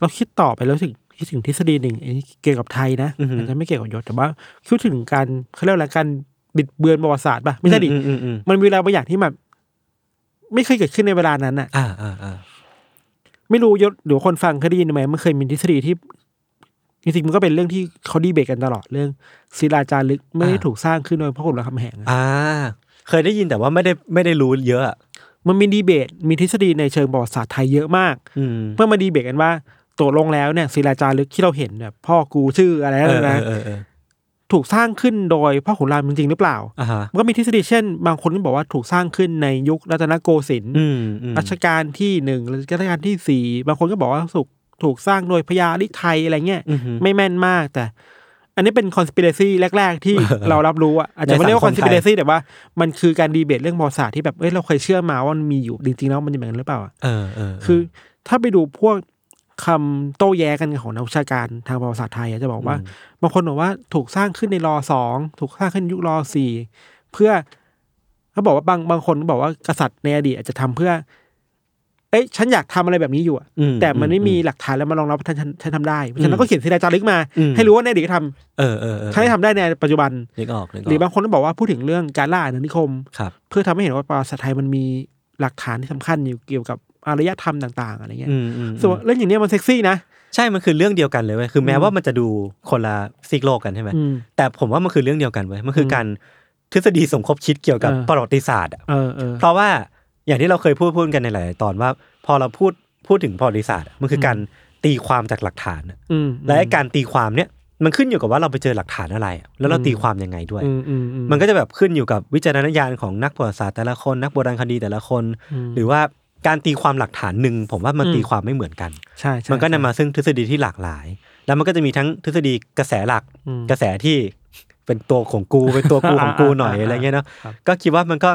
C: เราคิดต่อไปแล้วถึงคิดถึงทฤษฎีหนึ่งไอ้เกี่ยวกับไทยนะอาจจะไม่เกี่ยวกับยศแต่ว่าคิดถึงการเขาเรียกอะไรการบิดเบือนประวัติศาสตร์ป่ะไม่ใช่ดิ
B: อือืมอืม
C: มันมีเวลาบางอย่างที่แบบไม่เคยเกิดขึ้นในเวลานั้นอ่ะ
B: อ่าอ่าอ่า
C: ไม่รู้ยศหรือว่าคนฟังเคยได้ยินไหมมันเคยมีทฤษฎีที่จริงๆมันก็เป็นเรื่องที่เขาดีเบตกันตลอดเรื่องศิลาจารึกไม่ได้ถูกสร้างขึ้นโดยพระขุนรามคำแหงอะ
B: อ่า เคยได้ยินแต่ว่าไม่ได้ไม่ได้รู้เยอะอะ
C: มันมีดีเบตมีทฤษฎีในเชิงประวัติศาสตร์ไทยเยอะมาก
B: อืม
C: เมื่อมาดีเบตกันว่าตกลงแล้วเนี่ยศิลาจารึกที่เราเห็นเนี่ยพ่อกูชื่ออะไรนะ
B: เออ
C: นะ
B: เออเออเออ
C: ถูกสร้างขึ้นโดยพ่อขุนรามจริงๆหรือเปล่า
B: อ่าฮะ
C: มันก็มีทฤษฎีเช่น บางคนก็บอกว่าถูกสร้างขึ้นในยุครัตนโกสินทร์
B: อืมอืม
C: รัชกาลที่หนึ่งรัชกาลที่สี่บางคนก็บอกว่าถูกถูกสร้างโดยพญาลิไทยอะไรเงี้ย
B: อือฮึ
C: ไม่แม่นมากแต่ อันนี้เป็นคอน spiracy แรก ๆ ที่ เรารับรู้อะอาจจะไม่เรียกว่า
B: ใน
C: ค
B: สั
C: อน
B: งคมไทย
C: spiracy แต่ว่า มันคือการดีเบตเรื่องประวัติศาสตร์ที่แบบเอ้ยเราเคยเชื่อมาว่ามันมีอยู่จริงๆแล้วมันเป็นแบบนั้นหรือเปล่าอะ
B: เออเออเ
C: คือถ้าไปดูพวกคำโต้แย้กันของนักวิชาการทางประวัติศาสตร์ไทยอะจะบอกว่า บางคนบอกว่าถูกสร้างขึ้นในรอสองถูกสร้างขึ้นยุครอสี่เพื่อเขาบอกว่าบางบางคนบอกว่ากษัตริย์ในอดีตอาจจะทำเพื่อ เอ้ยฉันอยากทำอะไรแบบนี้อยู่อะ
B: อื
C: แต่มันไม่มี
B: อื
C: หลักฐานแล้วมารองรับว่าท่านท่านท่านทำได้เพราะฉะนั้
B: อื
C: น
B: ม
C: ก็เขียนศิลาจารึกมา
B: อืม
C: ให้รู้ว่าในอดีตก็ท
B: เออเออเออ
C: ำท่านได้ทำได้ในปัจจุบัน
B: นึกออกนึกออก
C: หรือบางคนก็บอกว่าพูดถึงเรื่องการล่าอาณานิคม
B: ครับ
C: เพื่อทำให้เห็นว่าประวัติศาสตร์ไทยมันมีหลักฐานที่สำคัญอยู่เกี่ยวกับอารยธรรมต่าง ๆ อะไรเงี้ย
B: อืมอืม
C: ส่วนเรื่องอย่างเนี้ยมันเซ็กซี่นะ
B: ใช่มันคือเรื่องเดียวกันเลยเว้ยคือแม้
C: อืม
B: ว่ามันจะดูคนละซีกโลกกันใช่ไหม
C: อืม
B: แต่ผมว่ามันคือเรื่องเดียวกันเว้ยมันคืออ
C: ม
B: การทฤษฎีสมคบคิดเกี่ยวกับ
C: เออ
B: ประวัติศาสตร์อะ
C: เออเออ
B: เพราะว่าอย่างที่เราเคยพูดพูดกันในหลายๆตอนว่า พอเราพูดพูดถึงประวัติศาสตร์อะมันคืออ
C: ม
B: การตีความจากหลักฐานอะ
C: อืม
B: และไอ้การตีความเนี่ยมันขึ้นอยู่กับว่าเราไปเจอหลักฐานอะไรอะแล้วเราตีความยังไงด้วย
C: อืมอืมอื
B: มันก็จะแบบขึ้นอยู่กับวิจารณญาณของนักประวัติศาสตร์แต่ละคนนักโบราณคดีแต่ละคน
C: ม
B: หรือว่าการตีความหลักฐานหนึ่งผมว่ามัน
C: อืม
B: ตีความไม่เหมือนกัน
C: ใช่ใช่
B: มันก็นำมาซึ่งทฤษฎีที่หลากหลาย แล้วมันก็จะมีทั้งทฤษฎีกระแสหลัก
C: อืม
B: กระแสที่เป็นตัวของกู เป็นตัวกูของกูหน่อย
C: อ่าๆๆ
B: อะไรเงี้ยเนาะ
C: ครับ
B: ก็คิดว่ามันก็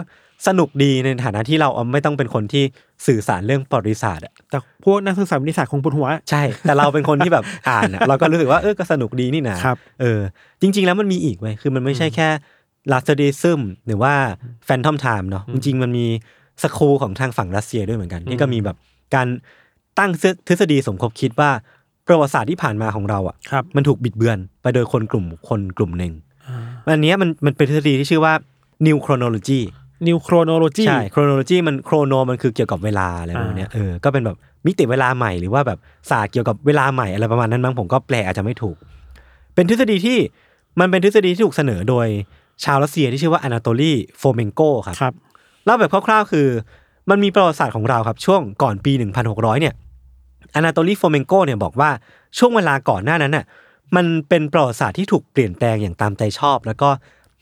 B: สนุกดีในฐานะที่เราเอาไม่ต้องเป็นคนที่สื่อสารเรื่องประวัติศาสต ร์อะ
C: แต่พวกนักศึกษาวิทยาศาสตร์คงปวดหัว
B: ใช่ แต่เราเป็นคนที่แบบอ่านอะเราก็รู้สึกว่าเออก็สนุกดีนี่นะครับ เออ จริง ๆ แล้วมันมีอีกเว้ยคือมันไม่ใช่แค่ลาสเตดิซึมหรือว่าแฟนทอมไทม์เนาะจริง ๆ มันมีสคูลของทางฝั่งรัสเซียด้วยเหมือนกันที่ก็มีแบบการตั้งทฤษฎีสมคบคิดว่าประวัติศาสตร์ที่ผ่านมาของเราอะ
C: ครับ
B: มันถูกบิดเบือนไปโดยคนกลุ่มคนกลุ่มหนึ่งอันเนี้ยมันมันเป็นทฤษฎีที่ชื่อว่า new chronology
C: นิวโครโนโลจี
B: ใช่ chronology มัน chrono มันคือเกี่ยวกับเวลาอะไรพวกเนี้ยเออ ก็เป็นแบบมิติเวลาใหม่หรือว่าแบบศาสตร์เกี่ยวกับเวลาใหม่อะไรประมาณนั้นมั้งผมก็แปลอาจจะไม่ถูก เป็นทฤษฎีที่มันเป็นทฤษฎีที่ถูกเสนอโดยชาวรัสเซียที่ชื่อว่าอนาโตลีโฟเมนโกครับ
C: ครับ
B: เล่าแบบคร่าวๆ คือ มันมีประวัติศาสตร์ของเราครับ ช่วงก่อนปี 1600 เนี่ยอนาโตลีโฟเมนโกเนี่ยบอกว่าช่วงเวลาก่อนหน้านั้นน่ะมันเป็นประวัติศาสตร์ที่ถูกเปลี่ยนแปลงอย่างตามใจชอบ แล้วก็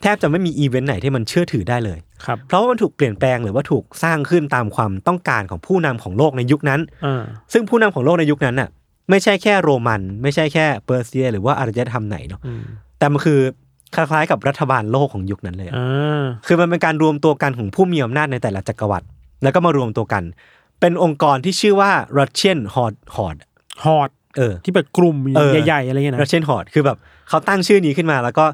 B: แทบจะไม่มีอีเวนต์ไหนที่มันเชื่อถือได้เลย
C: ครับ
B: เพราะว่ามันถูกเปลี่ยนแปลงหรือว่าถูกสร้างขึ้นตามความต้องการของผู้นำของโลกในยุคนั้น
C: อ่า
B: ซึ่งผู้นำของโลกในยุคนั้นน่ะไม่ใช่แค่โรมัน ไม่ใช่แค่เปอร์เซีย หรือว่าอารยธรรมไหนเนาะ
C: อืม
B: แต่มันคือคล้ายๆกับรัฐบาลโลกของยุคนั้นเลยอะ
C: อ่า
B: คือมันเป็นการรวมตัวกันของผู้มีอำนาจในแต่ละจักรวรรดิแล้วก็มารวมตัวกัน เป็นองค์กรที่ชื่อว่า Russian Horde Horde
C: ฮอด
B: เออ
C: ที่แบบกลุ่ม
B: เออ
C: ใหญ่ๆ อะไรเงี้ยนะ
B: Russian Horde คือแบบเขาตั้งชื่อนี้ขึ้นมา แล้วก็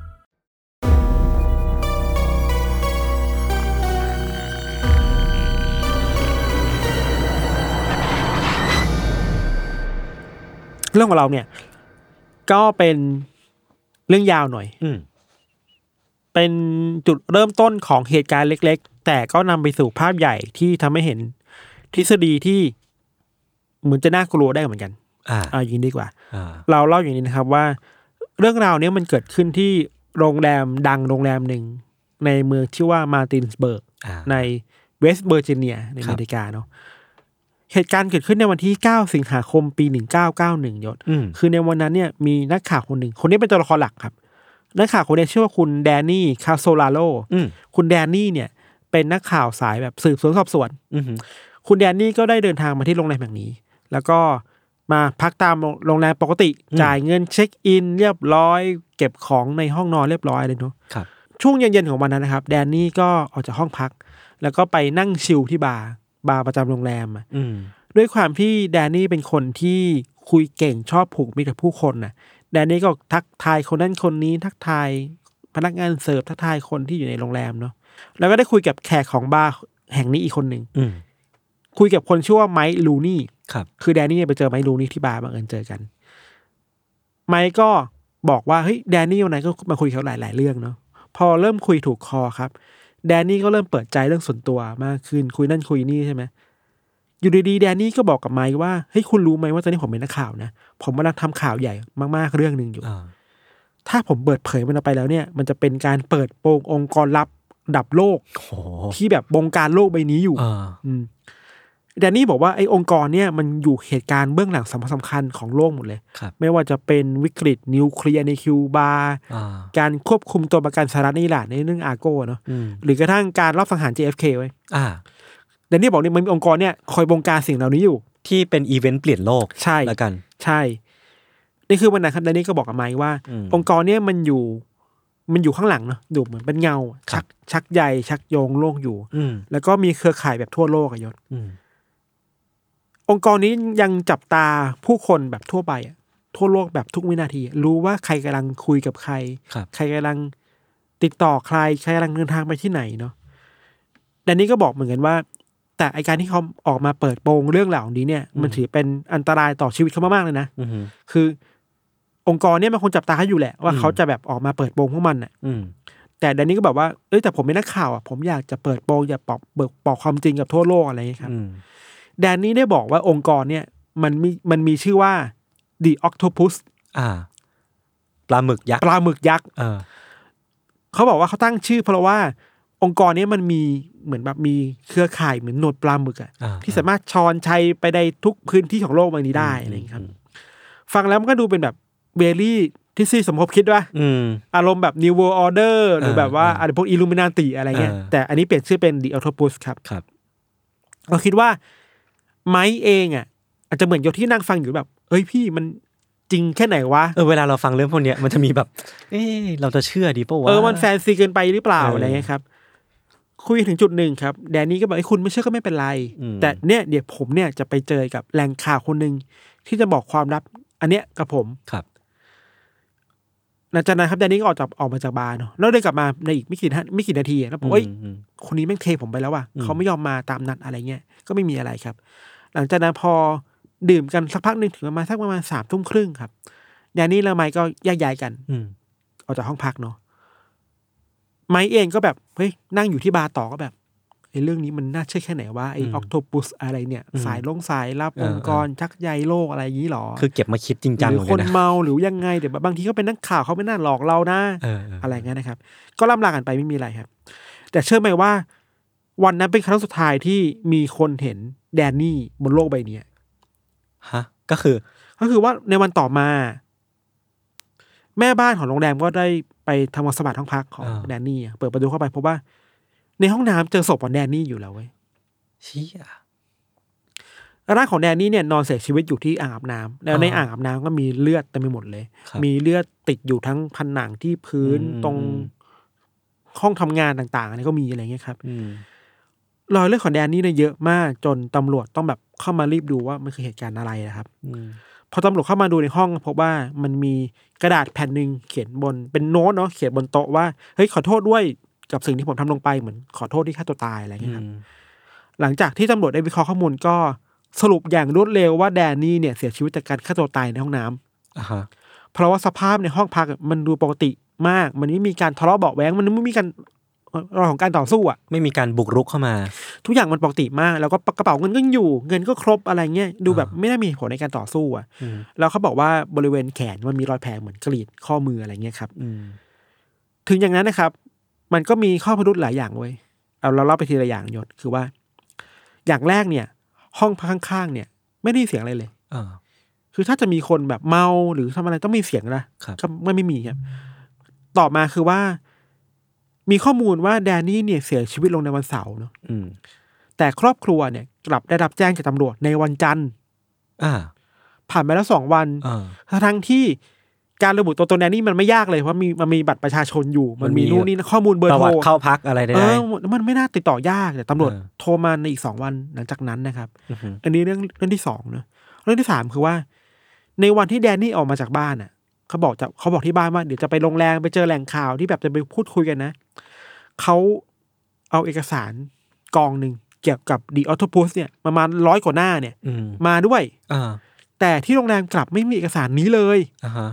C: เรื่องของเราเนี่ย ก็เป็นเรื่องยาวหน่อย
B: อืม
C: เป็นจุดเริ่มต้นของเหตุการณ์เล็ก ๆ แต่ก็นำไปสู่ภาพใหญ่ที่ทำให้เห็นทฤษฎีที่เหมือนจะน่ากลัวได้เหมือนกัน
B: อ่า
C: เอาอย่างนี้ดีกว่า
B: อ่า
C: เราเล่าอย่างนี้นะครับว่า เรื่องราวเนี้ยมันเกิดขึ้นที่โรงแรมดังโรงแรมหนึ่ง ในเมืองที่ว่ามาร์ตินสเบิร์ก
B: อ่า
C: ในเวสต์เวอร์จิเนียใน
B: ครั
C: อบ เมริกาเนาะ เหตุการณ์เกิดขึ้นในวันที่ 9 สิงหาคมปี 1991 ยศ
B: อืม
C: คือในวันนั้นเนี่ยมีนักข่าวคนหนึ่ง คนนี้เป็นตัวละครหลักครับ นักข่าวคนนี้ชื่อว่าคุณแดนนี่คาโซลาโล
B: อืม
C: คุณแดนนี่เนี่ยเป็นนักข่าวสายแบบสืบสวนสอบสวน
B: อืม
C: คุณแดนนี่ก็ได้เดินทางมาที่โรงแรมแห่งนี้ แล้วก็มาพักตามโรงแรมปกติ จ่ายเงินเช็คอิน เรียบร้อย เก็บของในห้องนอนเรียบร้อยเลยเนาะ
B: ครับ
C: ช่วงเย็นๆของวันนั้นนะครับ แดนนี่ก็ออกจากห้องพัก แล้วก็ไปนั่งชิลที่บาร์บาร์ประจำโรงแรมอะ
B: อืม
C: ด้วยความที่แดนนี่เป็นคนที่คุยเก่งชอบผูกมิตรกับผู้คนน่ะแดนนี่ก็ทักทายคนนั้นคนนี้ทักทายพนักงานเสิร์ฟทักทายคนที่อยู่ในโรงแรมเนาะแล้วก็ได้คุยกับแขกของบาร์แห่งนี้อีกคนหนึ่ง
B: อืม
C: คุยกับคนชื่อว่าไมค์ลูนี่
B: ครับ
C: คือแดนนี่เนี่ยไปเจอไมค์ลูนี่ที่บาร์บังเอิญเจอกัน ไมค์ก็บอกว่าเฮ้ยแดนนี่วันไหนก็มาคุยกับเขาหลาย ๆ เรื่องเนาะพอเริ่มคุยถูกคอครับ แดนนี่ก็เริ่มเปิดใจเรื่องส่วนตัวมากขึ้นคุยนั่นคุยนี่ใช่ไหมอยู่ดีๆแดนนี่ก็บอกกับไมค์ว่าเฮ้ยคุณรู้ไหมว่าตอนนี้ผมเป็นนักข่าวนะผมกำลังทำข่าวใหญ่มากๆเรื่องหนึ่งอยู่
B: อ่า
C: ถ้าผมเปิดเผยมันออกไปแล้วเนี่ย มันจะเป็นการเปิดโปงองค์กรลับระดับโลก
B: โห
C: ที่แบบบงการโลกใบนี้อยู่
B: อ่า
C: อืมแดนนี่บอกว่าไอ้องค์กรเนี่ยมันอยู่เหตุการณ์เบื้องหลังสำคัญสำคัญของโลกหมดเลย
B: ครับ
C: ไม่ว่าจะเป็นวิกฤตนิวเคลียร์ในคิวบา
B: อ่า
C: การควบคุมตัวประกันสหรัฐในอิหร่านในเรื่องอาโก้เนาะ
B: อืม
C: หรือกระทั่งการรอบสังหาร JFK ไว้
B: อ่า
C: แดนนี่บอกเนี่ยมันมีองค์กรเนี่ยคอยบงการสิ่งเหล่านี้อยู่
B: ที่เป็นอีเวนต์เปลี่ยนโลก
C: ใช่
B: แล้วกัน
C: ใช่นี่คือวันนั้นครับแดนนี่ก็บอกกับไมค์ว่า
B: อืม
C: องค์กรเนี่ยมันอยู่มันอยู่ข้างหลังเนาะดูเหมือนเป็นเงา
B: ครั
C: ชั
B: บ
C: กชักใยชักโยงโลกอยู่
B: อืม
C: แล้วก็มีเครือข่ายแบบทั่วโลกอะยศ
B: อืม
C: องค์กรนี้ยังจับตาผู้คนแบบทั่วไปอะทั่วโลกแบบทุกวินาที รู้ว่าใครกำลังคุยกับใคร
B: ครับ
C: ใครกำลังติดต่อใคร ใครกำลังเดินทางไปที่ไหนเนาะแดนนี่ก็บอกเหมือนกันว่า แต่ไอการที่เขาออกมาเปิดโปงเรื่องเหล่านี้เนี่ย มันถือเป็นอันตรายต่อชีวิตเขามากๆเลยนะ
B: อืม
C: คือ องค์กรเนี่ยมันคงจับตาเขาอยู่แหละว่าเขาจะแบบออกมาเปิดโปงพวกมันน่ะ
B: อืม
C: แต่แดนนี่ก็แบบว่าเอ้ยแต่ผมเป็นนักข่าวอ่ะผมอยากจะเปิดโปงอยากปอกเบิกปอกความจริงกับทั่วโลกอะไรอย่างเงี้ยครับ
B: อืม
C: แดนนี่ได้บอกว่าองค์กรเนี่ยมันมีมันมีชื่อว่า The Octopus
B: อ่า ปลาหมึกยักษ์
C: ปลาหมึกยักษ์
B: เออ
C: เขาบอกว่าเขาตั้งชื่อ เพราะว่าองค์กรเนี้มันมีเหมือนแบบมีเครือข่ายเหมือนหนวดปลาหมึกอะ
B: อ่า
C: ที่สามารถชอนชัยไปได้ทุกพื้นที่ของโลกใบนี้ได้อะไรอย่างเงี้ยครับ ฟังแล้วมันก็ดูเป็นแบบเบลี่ทฤษฎีสมคบคิดว่า
B: อืม
C: อารมณ์แบบ New World Order หรือแบบว่า
B: เออเอออ
C: อะไรพวก Illuminati อะไรเงี้ย
B: เออ
C: แต่อันนี้เปลี่ยนชื่อเป็น The Octopus ครับ
B: ครับ
C: เราคิดว่าไม้เองอ่ะ อาจจะเหมือนโยที่นั่งฟังอยู่แบบ เอ้ยพี่มันจริงแค่ไหนวะ
B: เออเวลาเราฟังเรื่องพวกเนี้ยมันจะมีแบบ เอ๊ะเราจะเชื่อดีปะวะ
C: เออมันแฟนซีเกินไปหรือเปล่า
B: เอออ
C: อะไรเงี้ยครับ คุยถึงจุดหนึ่งครับ แดนนี่ก็บอกไอ้ยคุณไม่เชื่อก็ไม่เป็นไร
B: อืม
C: แต่เนี่ยเดี๋ยวผมเนี่ยจะไปเจอกับแหล่งข่าวคนหนึ่งที่จะบอกความลับ อันเนี้ยกับผม
B: ครับ
C: หลังจากนั้นครับแดนนี่ก็ออกจากออกมาจากบาร์เนาะแล้วเดินกลับมาในอีกไม่กี่นาไม่กี่นาทีอะแล้วผมเอ้ย
B: อืม
C: คนนี้แม่งเทผมไปแล้วว่ะ
B: อืม
C: เขาไม่ยอมมาตามนัดอะไรเงี้ย ก็ไม่มีอะไรครับ หลังจากนั้นพอดื่มกันสักพักหนึ่งถึงประมาณสักประมาณสามทุ่มครึ่งครับแดนนี่และไมค์ก็แยกย้ายกัน
B: อืม
C: ออกจากห้องพักเนาะไมค์เองก็แบบเฮ้ยนั่งอยู่ที่บาร์ต่อก็แบบไอ้เรื่องนี้มันน่าเชื่อแค่ไหนว่าไอ้ออกโทปุสอะไรเนี่ย สายลงสายรับองค์กรชักใยโลกอะไรอย่างนี้หรอ
B: คือเก็บมาคิดจริงจัง
C: หรื
B: เหมื
C: อ
B: อน
C: ค
B: กัน นนะ
C: เมาหรือยังไงเดี๋ยวบางทีก็เป็นนักข่าวเขาไม่น่าหลอกเรานะ
B: เออเออ
C: อะไรเงี้ยนะครับ ก็ล่ำลากันไปไม่มีอะไรครับ แต่เชื่อไหมว่า วันนั้นเป็นครั้งสุดท้ายที่มีคนเห็นแดนนี่บนโลกใบเนี้ย
B: ฮะ ก็คือ
C: ก็คือว่าในวันต่อมา แม่บ้านของโรงแรมก็ได้ไปทำความสะอาดห้องพักของ
B: อ่า
C: แดนนี่อะเปิดประตูเข้าไปพบว่า ในห้องน้ำเจอศพของแดนนี่อยู่แล้วเว้ย
B: เชี่ย
C: ร่างของแดนนี่เนี่ยนอนเสียชีวิตอยู่ที่อ่างอาบน้ำแล้วใน
B: อ่า
C: อ่างอาบน้ำก็มีเลือดเต็มไปหมดเลย
B: ครับ
C: มีเลือดติดอยู่ทั้งผนังที่พื้น
B: อืม
C: ตรงห้องทำงานต่างๆอะไรก็มีอะไรเงี้ยครับ
B: อืม
C: รอยเลือดของแดนนี่เนี่ยเยอะมาก จนตำรวจต้องแบบเข้ามารีบดูว่ามันคือเหตุการณ์อะไรนะครับ
B: อืม
C: พอตำรวจเข้ามาดูในห้องพบว่ามันมีกระดาษแผ่นหนึ่งเขียนบนเป็นโน้ตเนาะเขียนบนโต๊ะว่าเฮ้ยขอโทษด้วยกับสิ่งที่ผมทำลงไปเหมือนขอโทษที่ฆ่าตัวตายอะไรอย่าง
B: อื
C: เงี้ยครับ
B: ม
C: หลังจากที่ตำรวจได้วิเคราะห์ข้อมูลก็สรุปอย่างรวดเร็วว่าแดนนี่เนี่ยเสียชีวิตจากการฆ่าตัวตายในห้องน้ำ
B: อ่าฮะ
C: เพราะว่าสภาพในห้องพักมันดูปกติมาก มันไม่มีการทะเลาะเบาะแว้งมันไม่มีการรอยของการต่อสู้อะ
B: ไม่มีการบุกรุกเข้ามา
C: ทุกอย่างมันปกติมาก แล้วก็กระเป๋าเงินก็ยังอยู่ เงินก็ครบอะไรเงี้ยดูแบบ
B: อ่า
C: ไม่ได้มีผลในการต่อสู้อ่ะ
B: อืม
C: แล้วเขาบอกว่าบริเวณแขนมันมีรอยแผลเหมือนกรีดข้อมืออะไรเงี้ยครับ
B: อืม
C: ถึงอย่างนั้นนะครับ มันก็มีข้อพิรุธหลายอย่างเว้ยเอาเราเล่าไปทีละอย่างยศคือว่า อย่างแรกเนี่ย ห้องพักข้างๆเนี่ย ไม่ได้ยินเสียงอะไรเลย
B: อ่า
C: คือถ้าจะมีคนแบบเมาหรือทำอะไรต้องมีเสียงนะครับ ก็ไม่ไม่มีครับ ต่อมาคือว่า มีข้อมูลว่าแดนนี่เนี่ยเสียชีวิตลงในวันเสาร์เนอะ
B: อืม
C: แต่ครอบครัวเนี่ยกลับได้รับแจ้งจากตำรวจในวันจันทร์
B: อ่า
C: ผ่านไปแล้วสองวัน
B: อ่า
C: ทั้งที่การระบุตัวตนแดนนี่มันไม่ยากเลยเพราะมีมันมีบัตรประชาชนอยู่ มันมี
B: มันมี
C: นู่นนี่ข้อมูลเบอร์
B: ประ
C: โทร
B: วัติเข้าพักอะไรได้
C: เออมันไม่น่าติดต่อยากแต่ตำรวจ
B: เออ
C: โทรมาในอีกสองวันหลังจากนั้นนะครับ
B: อือฮึ
C: อันนี้เรื่องเรื่องที่สองเนอะเรื่องที่สามคือว่า ในวันที่แดนนี่ออกมาจากบ้านอ่ะ เขาบอกจะเขาบอกที่บ้านว่าเดี๋ยวจะไปโรงแรมไปเจอแหล่งข่าวที่แบบจะไปพูดคุยกันนะเขาเอาเอกสารกองหนึ่งเกี่ยวกับดีออโตพ s เนี่ยประมาณร้อยกว่าหน้าเนี่ย
B: อืม
C: มาด้วย
B: อ่า
C: แต่ที่โรงแรมกลับไม่มีเอกสารนี้เลย
B: อ่าฮะ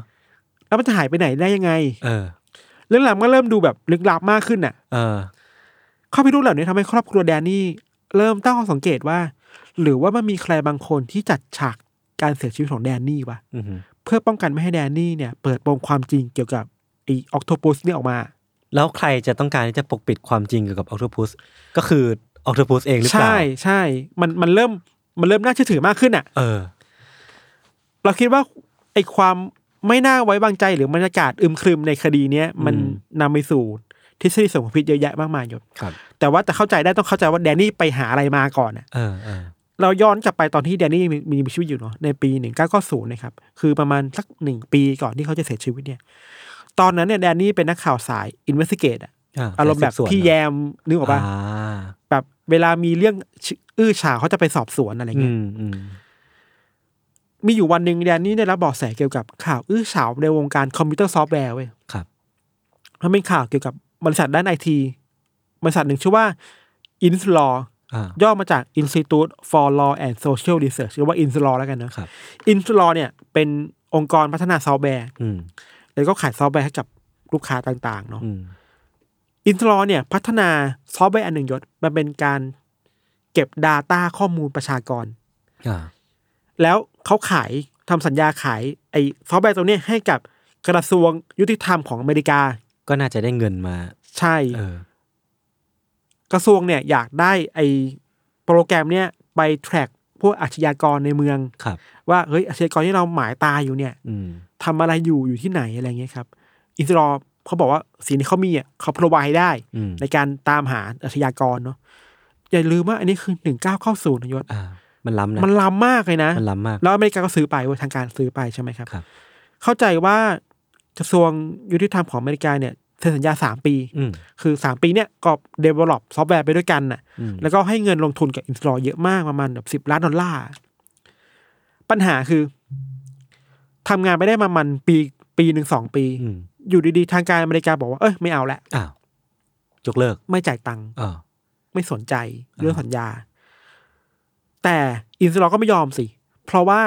C: แล้วมันจะหายไปไหนได้ยังไง
B: เออ
C: เรื่องราวมันก็เริ่มดูแบบลึกลับมากขึ้นน่ะ
B: เออ
C: ข้อพิรุธเหล่านี้ทำให้ครอบครัวแดนนี่เริ่มตั้งข้อสังเกตว่า หรือว่ามันมีใครบางคนที่จัดฉากการเสียชีวิตของแดนนี่วะ
B: อือฮึ
C: เพื่อป้องกันไม่ให้แดนนี่เนี่ย เปิดโปงความจริงเกี่ยวกับไอ้ออกโตปุสเนี่ยออกมา
B: แล้วใครจะต้องการที่จะปกปิดความจริงเกี่ยวกับออ t ต p u s ก็คือออ t ต p u s เองหรือเปล่า
C: ใช่ใช่มันมันเริ่มมันเริ่มน่าเชื่อถือมากขึ้นอ่ะ
B: เออ
C: เราคิดว่าไอ้ความไม่น่าไว้วางใจหรือบรรยากาศอึมครึมในคดีเนี้ยมัน
B: อืม
C: นำไปสู่ทฤษฎีสมคบคิดเยอะแยะมากมายหยด
B: ครับ
C: แต่ว่าจะเข้าใจได้ต้องเข้าใจว่าแดนนี่ไปหาอะไรมาก่อนน่ะ
B: เออเออ
C: เราย้อนกลับไปตอนที่แดนนี่ยังมีมีชีวิตอยู่เนาะในปีหนึ่งเก้าก็ศูนย์นะครับ คือประมาณสักหนึ่งปีก่อนที่เขาจะเสียชีวิตเนี่ย ตอนนั้นเนี่ยแดนนี่เป็นนักข่าวสายอินเวส i เกตอะอารมณ์แบบพี่แยมนึกออกปะ
B: อ่า
C: แบบเวลามีเรื่องอื้อฉาวเขาจะไปสอบสวนอะไร
B: อื
C: เงี้ย
B: มอืม
C: มีอยู่วันหนึ่งแดนนี่ได้รับเบาะแสเกี่ยวกับข่าวอื้อฉาวในวงการคอมพิวเตอร์ซอฟต์แวร์เว้ย
B: ครับ
C: มันเป็นข่าวเกี่ยวกับบริษัทด้านไอทีบริษัทหนึ่งชื่อว่า i n s l a w
B: อ่า
C: ย่อมาจาก Institute for Law and Social Research หรือว่า i n s l a w แล้วกันเนอะ
B: ครับ
C: i n s l a w เนี่ยเป็น องค์กรพัฒนาซอฟต์แวร์
B: อืม
C: แล้วก็ขายซอฟต์แวร์ให้กับลูกค้าต่างๆเนาะ
B: อืม
C: อินทรอเนี่ยพัฒนาซอฟต์แวร์อันหนึ่งยศมันเป็นการเก็บ Data ข้อมูลประชากร
B: อ่า
C: แล้วเขาขายทำสัญญาขายไอ้ซอฟต์แวร์ตัวเนี้ยให้กับกระทรวงยุติธรรมของอเมริกา
B: ก็น่าจะได้เงินมา
C: ใช่
B: เออ
C: กระทรวงเนี่ยอยากได้ไอ้โปรแกรมเนี่ยไปแทร็กพวกอาชญากรในเมือง
B: ครับ
C: ว่าเฮ้ยอาชญากรที่เราหมายตาอยู่เนี่ย
B: อืม
C: ทำอะไรอยู่อยู่ที่ไหนอะไรเงี้ยครับอินทรอเขาบอกว่าสิ่งที่เขามีอ่ะเขาพรอไวได้
B: อืม
C: ในการตามหาอาชญากรเนาะอย่าลืมว่าอันนี้คือหนึ่งเก้าเข้าศูนย์ยศ
B: อ่า มันล้ำนะ
C: มันล้ำมากเลยนะ
B: มันล้ำมาก
C: แล้วอเมริกาก็ซื้อไปเว้ยทางการซื้อไปใช่ไหมครับ
B: ครับ
C: เข้าใจว่ากระทรวงยุติธรรมของอเมริกาเนี่ยเซ็นสัญญาสามปี
B: อืม
C: คือสามปีเนี่ยก็ develop ซอฟต์แวร์ไปด้วยกันน่ะ
B: อืม
C: แล้วก็ให้เงินลงทุนกับอินสตอเยอะมากประมาณแบบสิบ10 ล้านดอลลาร์ ปัญหาคือทำงานไม่ได้มามันปีปีหนึ่งสองปี
B: อืม
C: อยู่ดีๆ ทางการอเมริกาบอกว่าเอ้ยไม่เอาละ
B: อ้าวยกเลิก
C: ไม่จ่ายตังค์
B: เออ
C: ไม่สนใจเรื่อง
B: อ่า
C: สัญญา แต่อินสตอก็ไม่ยอมสิ เพราะว่า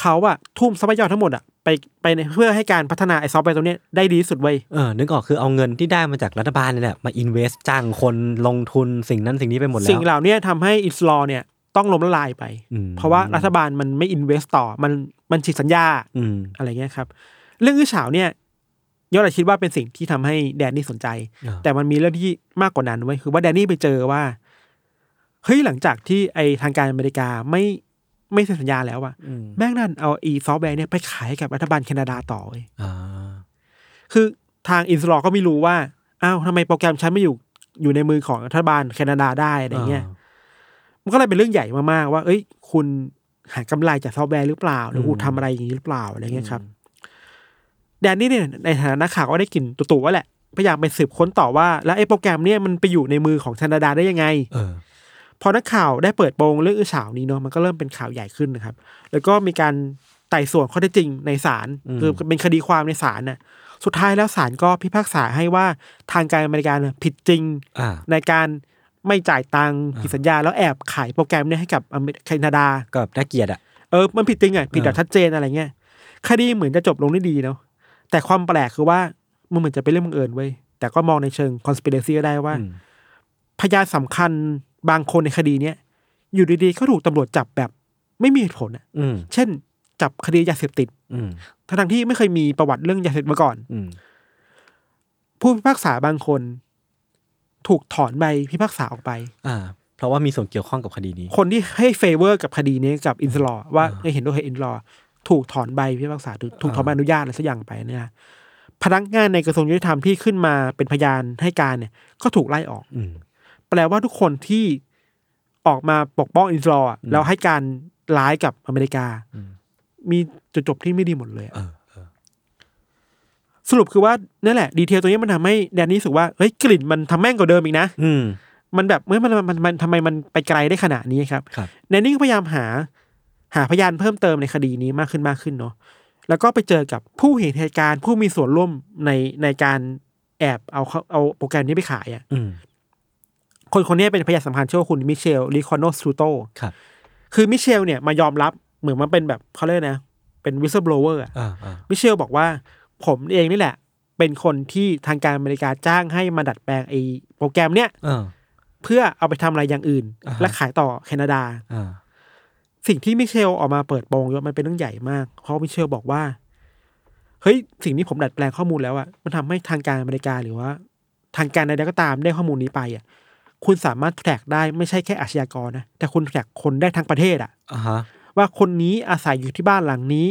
C: เขาอะทุ่มทรัพยากรทั้งหมดอะไปไปในเพื่อให้การพัฒนาไอซอฟต์แวร์ตัวเนี้ยได้ดีที่สุดเว้ย
B: เออ นึกออกคือเอาเงินที่ได้มาจากรัฐบาลนี่แหละมาอินเวสจ้างคนลงทุนสิ่งนั้นสิ่งนี้ไปหมดแล้ว
C: สิ่งเหล่าเนี้ยทำให้อิสลอเนี่ยต้องล้มละลายไป
B: อืม
C: เพราะว่ารัฐบาลมันไม่อินเวสต่อ มันมันฉีกสัญญา
B: อืม
C: อะไรเงี้ยครับ เรื่องอื้อฉาวเนี่ยยอดเลยคิดว่าเป็นสิ่งที่ทำให้แดนนี่สนใจ
B: เออ
C: แต่มันมีเรื่องที่มากกว่านั้นไว้ยคือว่าแดนนี่ไปเจอว่าเฮ้ยหลังจากที่ไอทางการอเมริกาไม่ไม่เซ็นสัญญาแล้วอะ
B: อืม
C: แม่งนั่นเอาอีซอฟต์แวร์เนี่ยไปขายให้กับรัฐบาลแคนาดาต่อเว้ย
B: อ่า
C: คือทางอิสลอก็ไม่รู้ว่าอ้าวทำไมโปรแกรมฉันไม่อยู่อยู่ในมือของรัฐบาลแคนาดาได้อะไรเงี้ย มันก็เลยเป็นเรื่องใหญ่มากๆว่า เอ้ย คุณหากำไรจากซอฟต์แวร์หรือเปล่า หรือคุณทำอะไรอย่างนี้หรือเปล่าอะไรเงี้ยครับ แดนนี่เนี่ยในฐานะนักข่าวก็ได้กลิ่นตู่ๆว่าแหละ พยายามไปสืบค้นต่อว่า แล้วไอ้โปรแกรมเนี่ยมันไปอยู่ในมือของแคนาดาได้ยังไง
B: เออ
C: พอนักข่าวได้เปิดโปงเรื่องอื้อฉาวนี้เนาะ มันก็เริ่มเป็นข่าวใหญ่ขึ้นนะครับ แล้วก็มีการไต่สวนข้อเท็จจริงในศาล
B: อืม
C: คือเป็นคดีความในศาลน่ะ สุดท้ายแล้วศาลก็พิพากษาให้ว่าทางการอเมริกาเนี่ยผิดจริง
B: อ่า
C: ในการไม่จ่ายตังค์ผิดสัญญา แล้วแอบขายโปรแกรมเนี่ยให้กับอเมริแคนาดา
B: ก็แบบน่าเกลียดอ่ะ
C: เออ มันผิดจริงอ่ะ ผิดแบ
B: เอ
C: บ
B: อ
C: ชัดเจนอะไรเงี้ย คดีเหมือนจะจบลงด้วยดีเนาะ แต่ความแปลกคือว่า มันเหมือนจะเป็นเรื่องบังเอิญเว้ย แต่ก็มองในเชิง conspiracy ก็ได้ว่า
B: อืม
C: พยานสำคัญบางคนในคดีเนี้ย อยู่ดีๆ ก็ถูกตำรวจจับแบบ ไม่มีเหตุผลอ่ะ
B: อืม
C: เช่น จับคดียาเสพติด
B: อืม
C: ทั้งๆที่ไม่เคยมีประวัติเรื่องยาเสพติดมาก่อน
B: อืม
C: ผู้พิพากษาบางคน ถูกถอนใบพิพากษาออกไป
B: อ่า เพราะว่ามีส่วนเกี่ยวข้องกับคดีนี้
C: คนที่ให้เฟเวอร์กับคดีนี้กับอินสลอว่า
B: อ่า
C: เอ้ยเห็นด้วยเห็นอินสลอถูกถอนใบพิพากษาถูกถูกถอนใบอนุญาตอะไรสักอย่างไปเนี่ยนะพนักงานในกระทรวงยุติธรรมที่ขึ้นมาเป็นพยานให้การเนี่ย ก็ถูกไล่ออก
B: อืม
C: แปลว่าทุกคนที่ออกมาปกป้องอินสลอแล้วให้การร้ายกับอเมริกา
B: อืม
C: มีจุดจบที่ไม่ดีหมดเลยอะ
B: เออเออ
C: สรุปคือว่านั่นแหละ ดีเทลตัวนี้มันทำให้แดนนี่รู้สึกว่าเฮ้ยกลิ่นมันทำแม่งกว่าเดิมอีกนะ
B: อืม
C: มันแบบเมื่อมันมันมันทำไมมันไปไกลได้ขนาดนี้ครับ
B: ครับ
C: แนนนี่ก็พยายามหา หาพยานเพิ่มเติมในคดีนี้มากขึ้นมากขึ้นเนาะแล้วก็ไปเจอกับผู้เห็นเหตุการณ์ผู้มีส่วนร่วมในในการแอบเอาเขาเอาโปรแกรมนี้ไปขายอะ่ะ
B: อืม
C: คนคนนี้เป็นพยานสำคัญชื่อว่าคุณมิเชลลิคอนโนสตูโต
B: ครับ
C: คือมิเชลเนี่ยมายอมรับเหมือนมันเป็นแบบเขาเรียกนะ เป็นวิสเ b ลเวอร์
B: อ่าอ่า
C: มิเชลบอกว่า ผมเองนี่แหละ เป็นคนที่ทางการอเมริกาจ้างให้มาดัดแปลงไอ้โปรแกรมเนี้ย
B: เออ
C: เพื่อเอาไปทำอะไรอย่างอื่น
B: อ่าฮะ
C: และขายต่อแคนาดา
B: อ่า
C: สิ่งที่มิเชลออกมาเปิดโปงเยอะมันเป็นเรื่องใหญ่มาก เพราะมิเชลบอกว่า เฮ้ย สิ่งนี้ผมดัดแปลงข้อมูลแล้วอะมันทำให้ทางการอเมริกาหรือว่า ทางการใดๆก็ตามได้ข้อมูลนี้ไปอะคุณสามารถแทร็กได้ไม่ใช่แค่อาชญากรนะ แต่คุณแทร็กคนได้ทั้งประเทศอะ
B: อ่าฮะ
C: ว่าคนนี้อาศัยอยู่ที่บ้านหลังนี้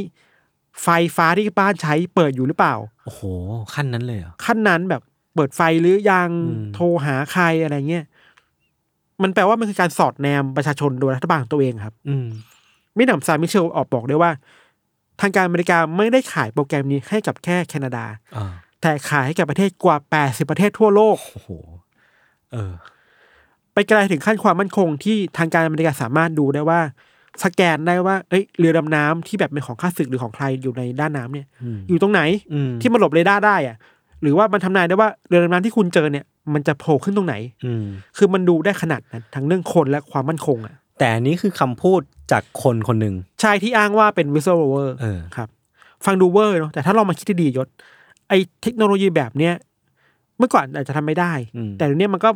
C: ไฟฟ้าที่บ้านใช้เปิดอยู่หรือเปล่า
B: โอ้โหขั้นนั้นเลยเหรอ
C: ขั้นนั้นแบบเปิดไฟหรือยัง
B: อืม
C: โทรหาใครอะไรเงี้ยมันแปลว่ามันคือการสอดแนมประชาชนโดยรัฐบาลของตัวเองครับ
B: อืม
C: มิหนำซามมิเชลออกบอกด้วยว่า ทางการอเมริกาไม่ได้ขายโปรแกรมนี้ให้กับแค่แคนาดา
B: อ่า
C: แต่ขายให้กับประเทศกว่า 80 ประเทศทั่วโลก
B: โอ้โห เออ
C: ไปไกลถึงขั้นความมั่นคงที่ทางการอเมริกาสามารถดูได้ว่า สแกนได้ว่าเอ้ยเรือดำน้ำที่แบบเป็นของข้าศึกหรือของใครอยู่ในด้านน้ำเนี่ย
B: อืม
C: อยู่ตรงไหน
B: อืม
C: ที่มันหลบเรดาร์ได้อะหรือว่ามันทำนายได้ว่าเรือดำน้ำที่คุณเจอเนี่ย มันจะโผล่ขึ้นตรงไหน
B: อืม
C: คือมันดูได้ขนาดนั้นทั้งเรื่องคนและความมั่นคงอ่ะ
B: แต่อันนี้คือคำพูดจากคนคนหนึ่ง
C: ชายที่อ้างว่าเป็นวิสเซอร์เวอร์
B: เออ
C: ครับ ฟังดูเวอร์เนาะแต่ถ้าเรามาคิดดีๆยศ ไอเทคโนโลยีแบบเนี้ยเมื่อก่อนอาจจะทำไม่ได้
B: อืม
C: แต่เดี๋ยวนี้มันก็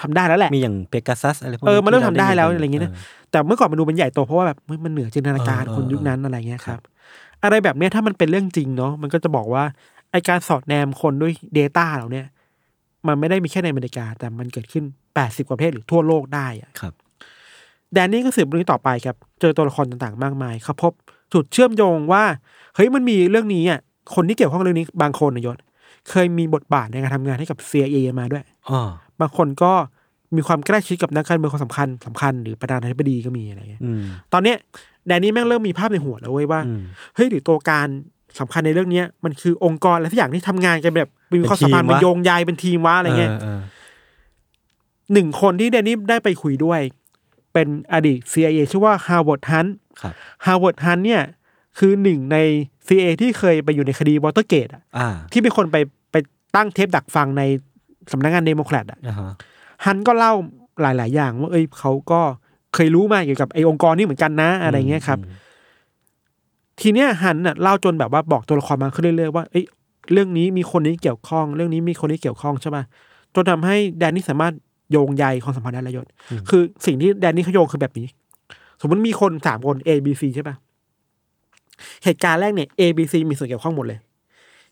C: ทำได้แล้วแหละ
B: มีอย่างเปกาซัสอะไรพวก
C: เออมันเริ่มทำได้แล้ว
B: ที่
C: อะไรอย่างเงี้ยนะ
B: อ
C: แต่เมื่อก่อนมันดูมันใหญ่โตเพราะว่าแบบเฮ้ยมันเหนือจินตนาการ
B: เออ
C: คนยุค
B: เออ
C: นั้นอะไรเงี้ยครับ อะไรแบบเนี้ยถ้ามันเป็นเรื่องจริงเนาะมันก็จะบอกว่าไอการสอดแนมคนด้วย Data เราเนี่ย มันไม่ได้มีแค่ในอเมริกา แต่มันเกิดขึ้น 80 กว่าประเทศหรือทั่วโลกได้อะ
B: ครับ
C: แดนนี่ก็สืบเรื่องนี้ต่อไปครับ เจอตัวละครต่างๆ มากมายเขาพบจุดเชื่อมโยงว่าเฮ้ยมันมีเรื่องนี้อ่ะคนที่เกี่ยวข้องเรื่องนี้บางคนนะยศ เคยมีบทบาทในการทำงานให้กับ CIA มาด้วย
B: อ๋อบ
C: างคนก็มีความใกล้ชิดกับนักการเมืองคนสำคัญสำคัญหรือประธานาธิบดีก็มีอะไรเงี้ย
B: อืม
C: ตอนเนี้ยแดนนี่แม่งเริ่มมีภาพในหัวแล้วเว้ยว่า
B: อืม
C: เฮ้ยหรือตัวการสำคัญในเรื่องเนี้ยมันคือองค์กรอะไรสักอย่างที่ทำงานกันแบบมีความสัมพันธ์
B: เป็นทีมวะ
C: เป็นโยงใยเป็นทีมวะอะไรเงี้ย
B: ออ
C: หนึ่งคนที่แดนนี่ได้ไปคุยด้วย เป็นอดีต CIA ชื่อว่าฮาวเวิร์ดฮัน
B: ครับ
C: ฮาวเวิร์ดฮันเนี่ยคือหนึ่งใน CIA ที่เคยไปอยู่ในคดีวอเตอร์เกตอะ
B: อ่า
C: ที่เป็นคนไปไปตั้งเทปดักฟังในสำนักงานเดโมแครตอะ
B: อ่าฮะ
C: ฮันก็เล่าหลาย ๆ อย่างว่าเอ้ยเขาก็เคยรู้มาเกี่ยวกับไอ้องค์กรนี่เหมือนกันนะอะไรเงี้ยครับ ทีเนี้ยฮันน่ะเล่าจนแบบว่าบอกตัวละครมาขึ้นเรื่อย ๆ ว่าเอ้ยเรื่องนี้มีคนนี้เกี่ยวข้อง เรื่องนี้มีคนนี้เกี่ยวข้องใช่ป่ะจนทำให้แดนนี่สามารถโยงใยความสัมพันธ์ได้ระยศคือสิ่งที่แดนนี่เขาโยงคือแบบนี้ สมมติมีคนสามคน A B C ใช่ป่ะเหตุการณ์แรกเนี่ย A B C มีส่วนเกี่ยวข้องหมดเลย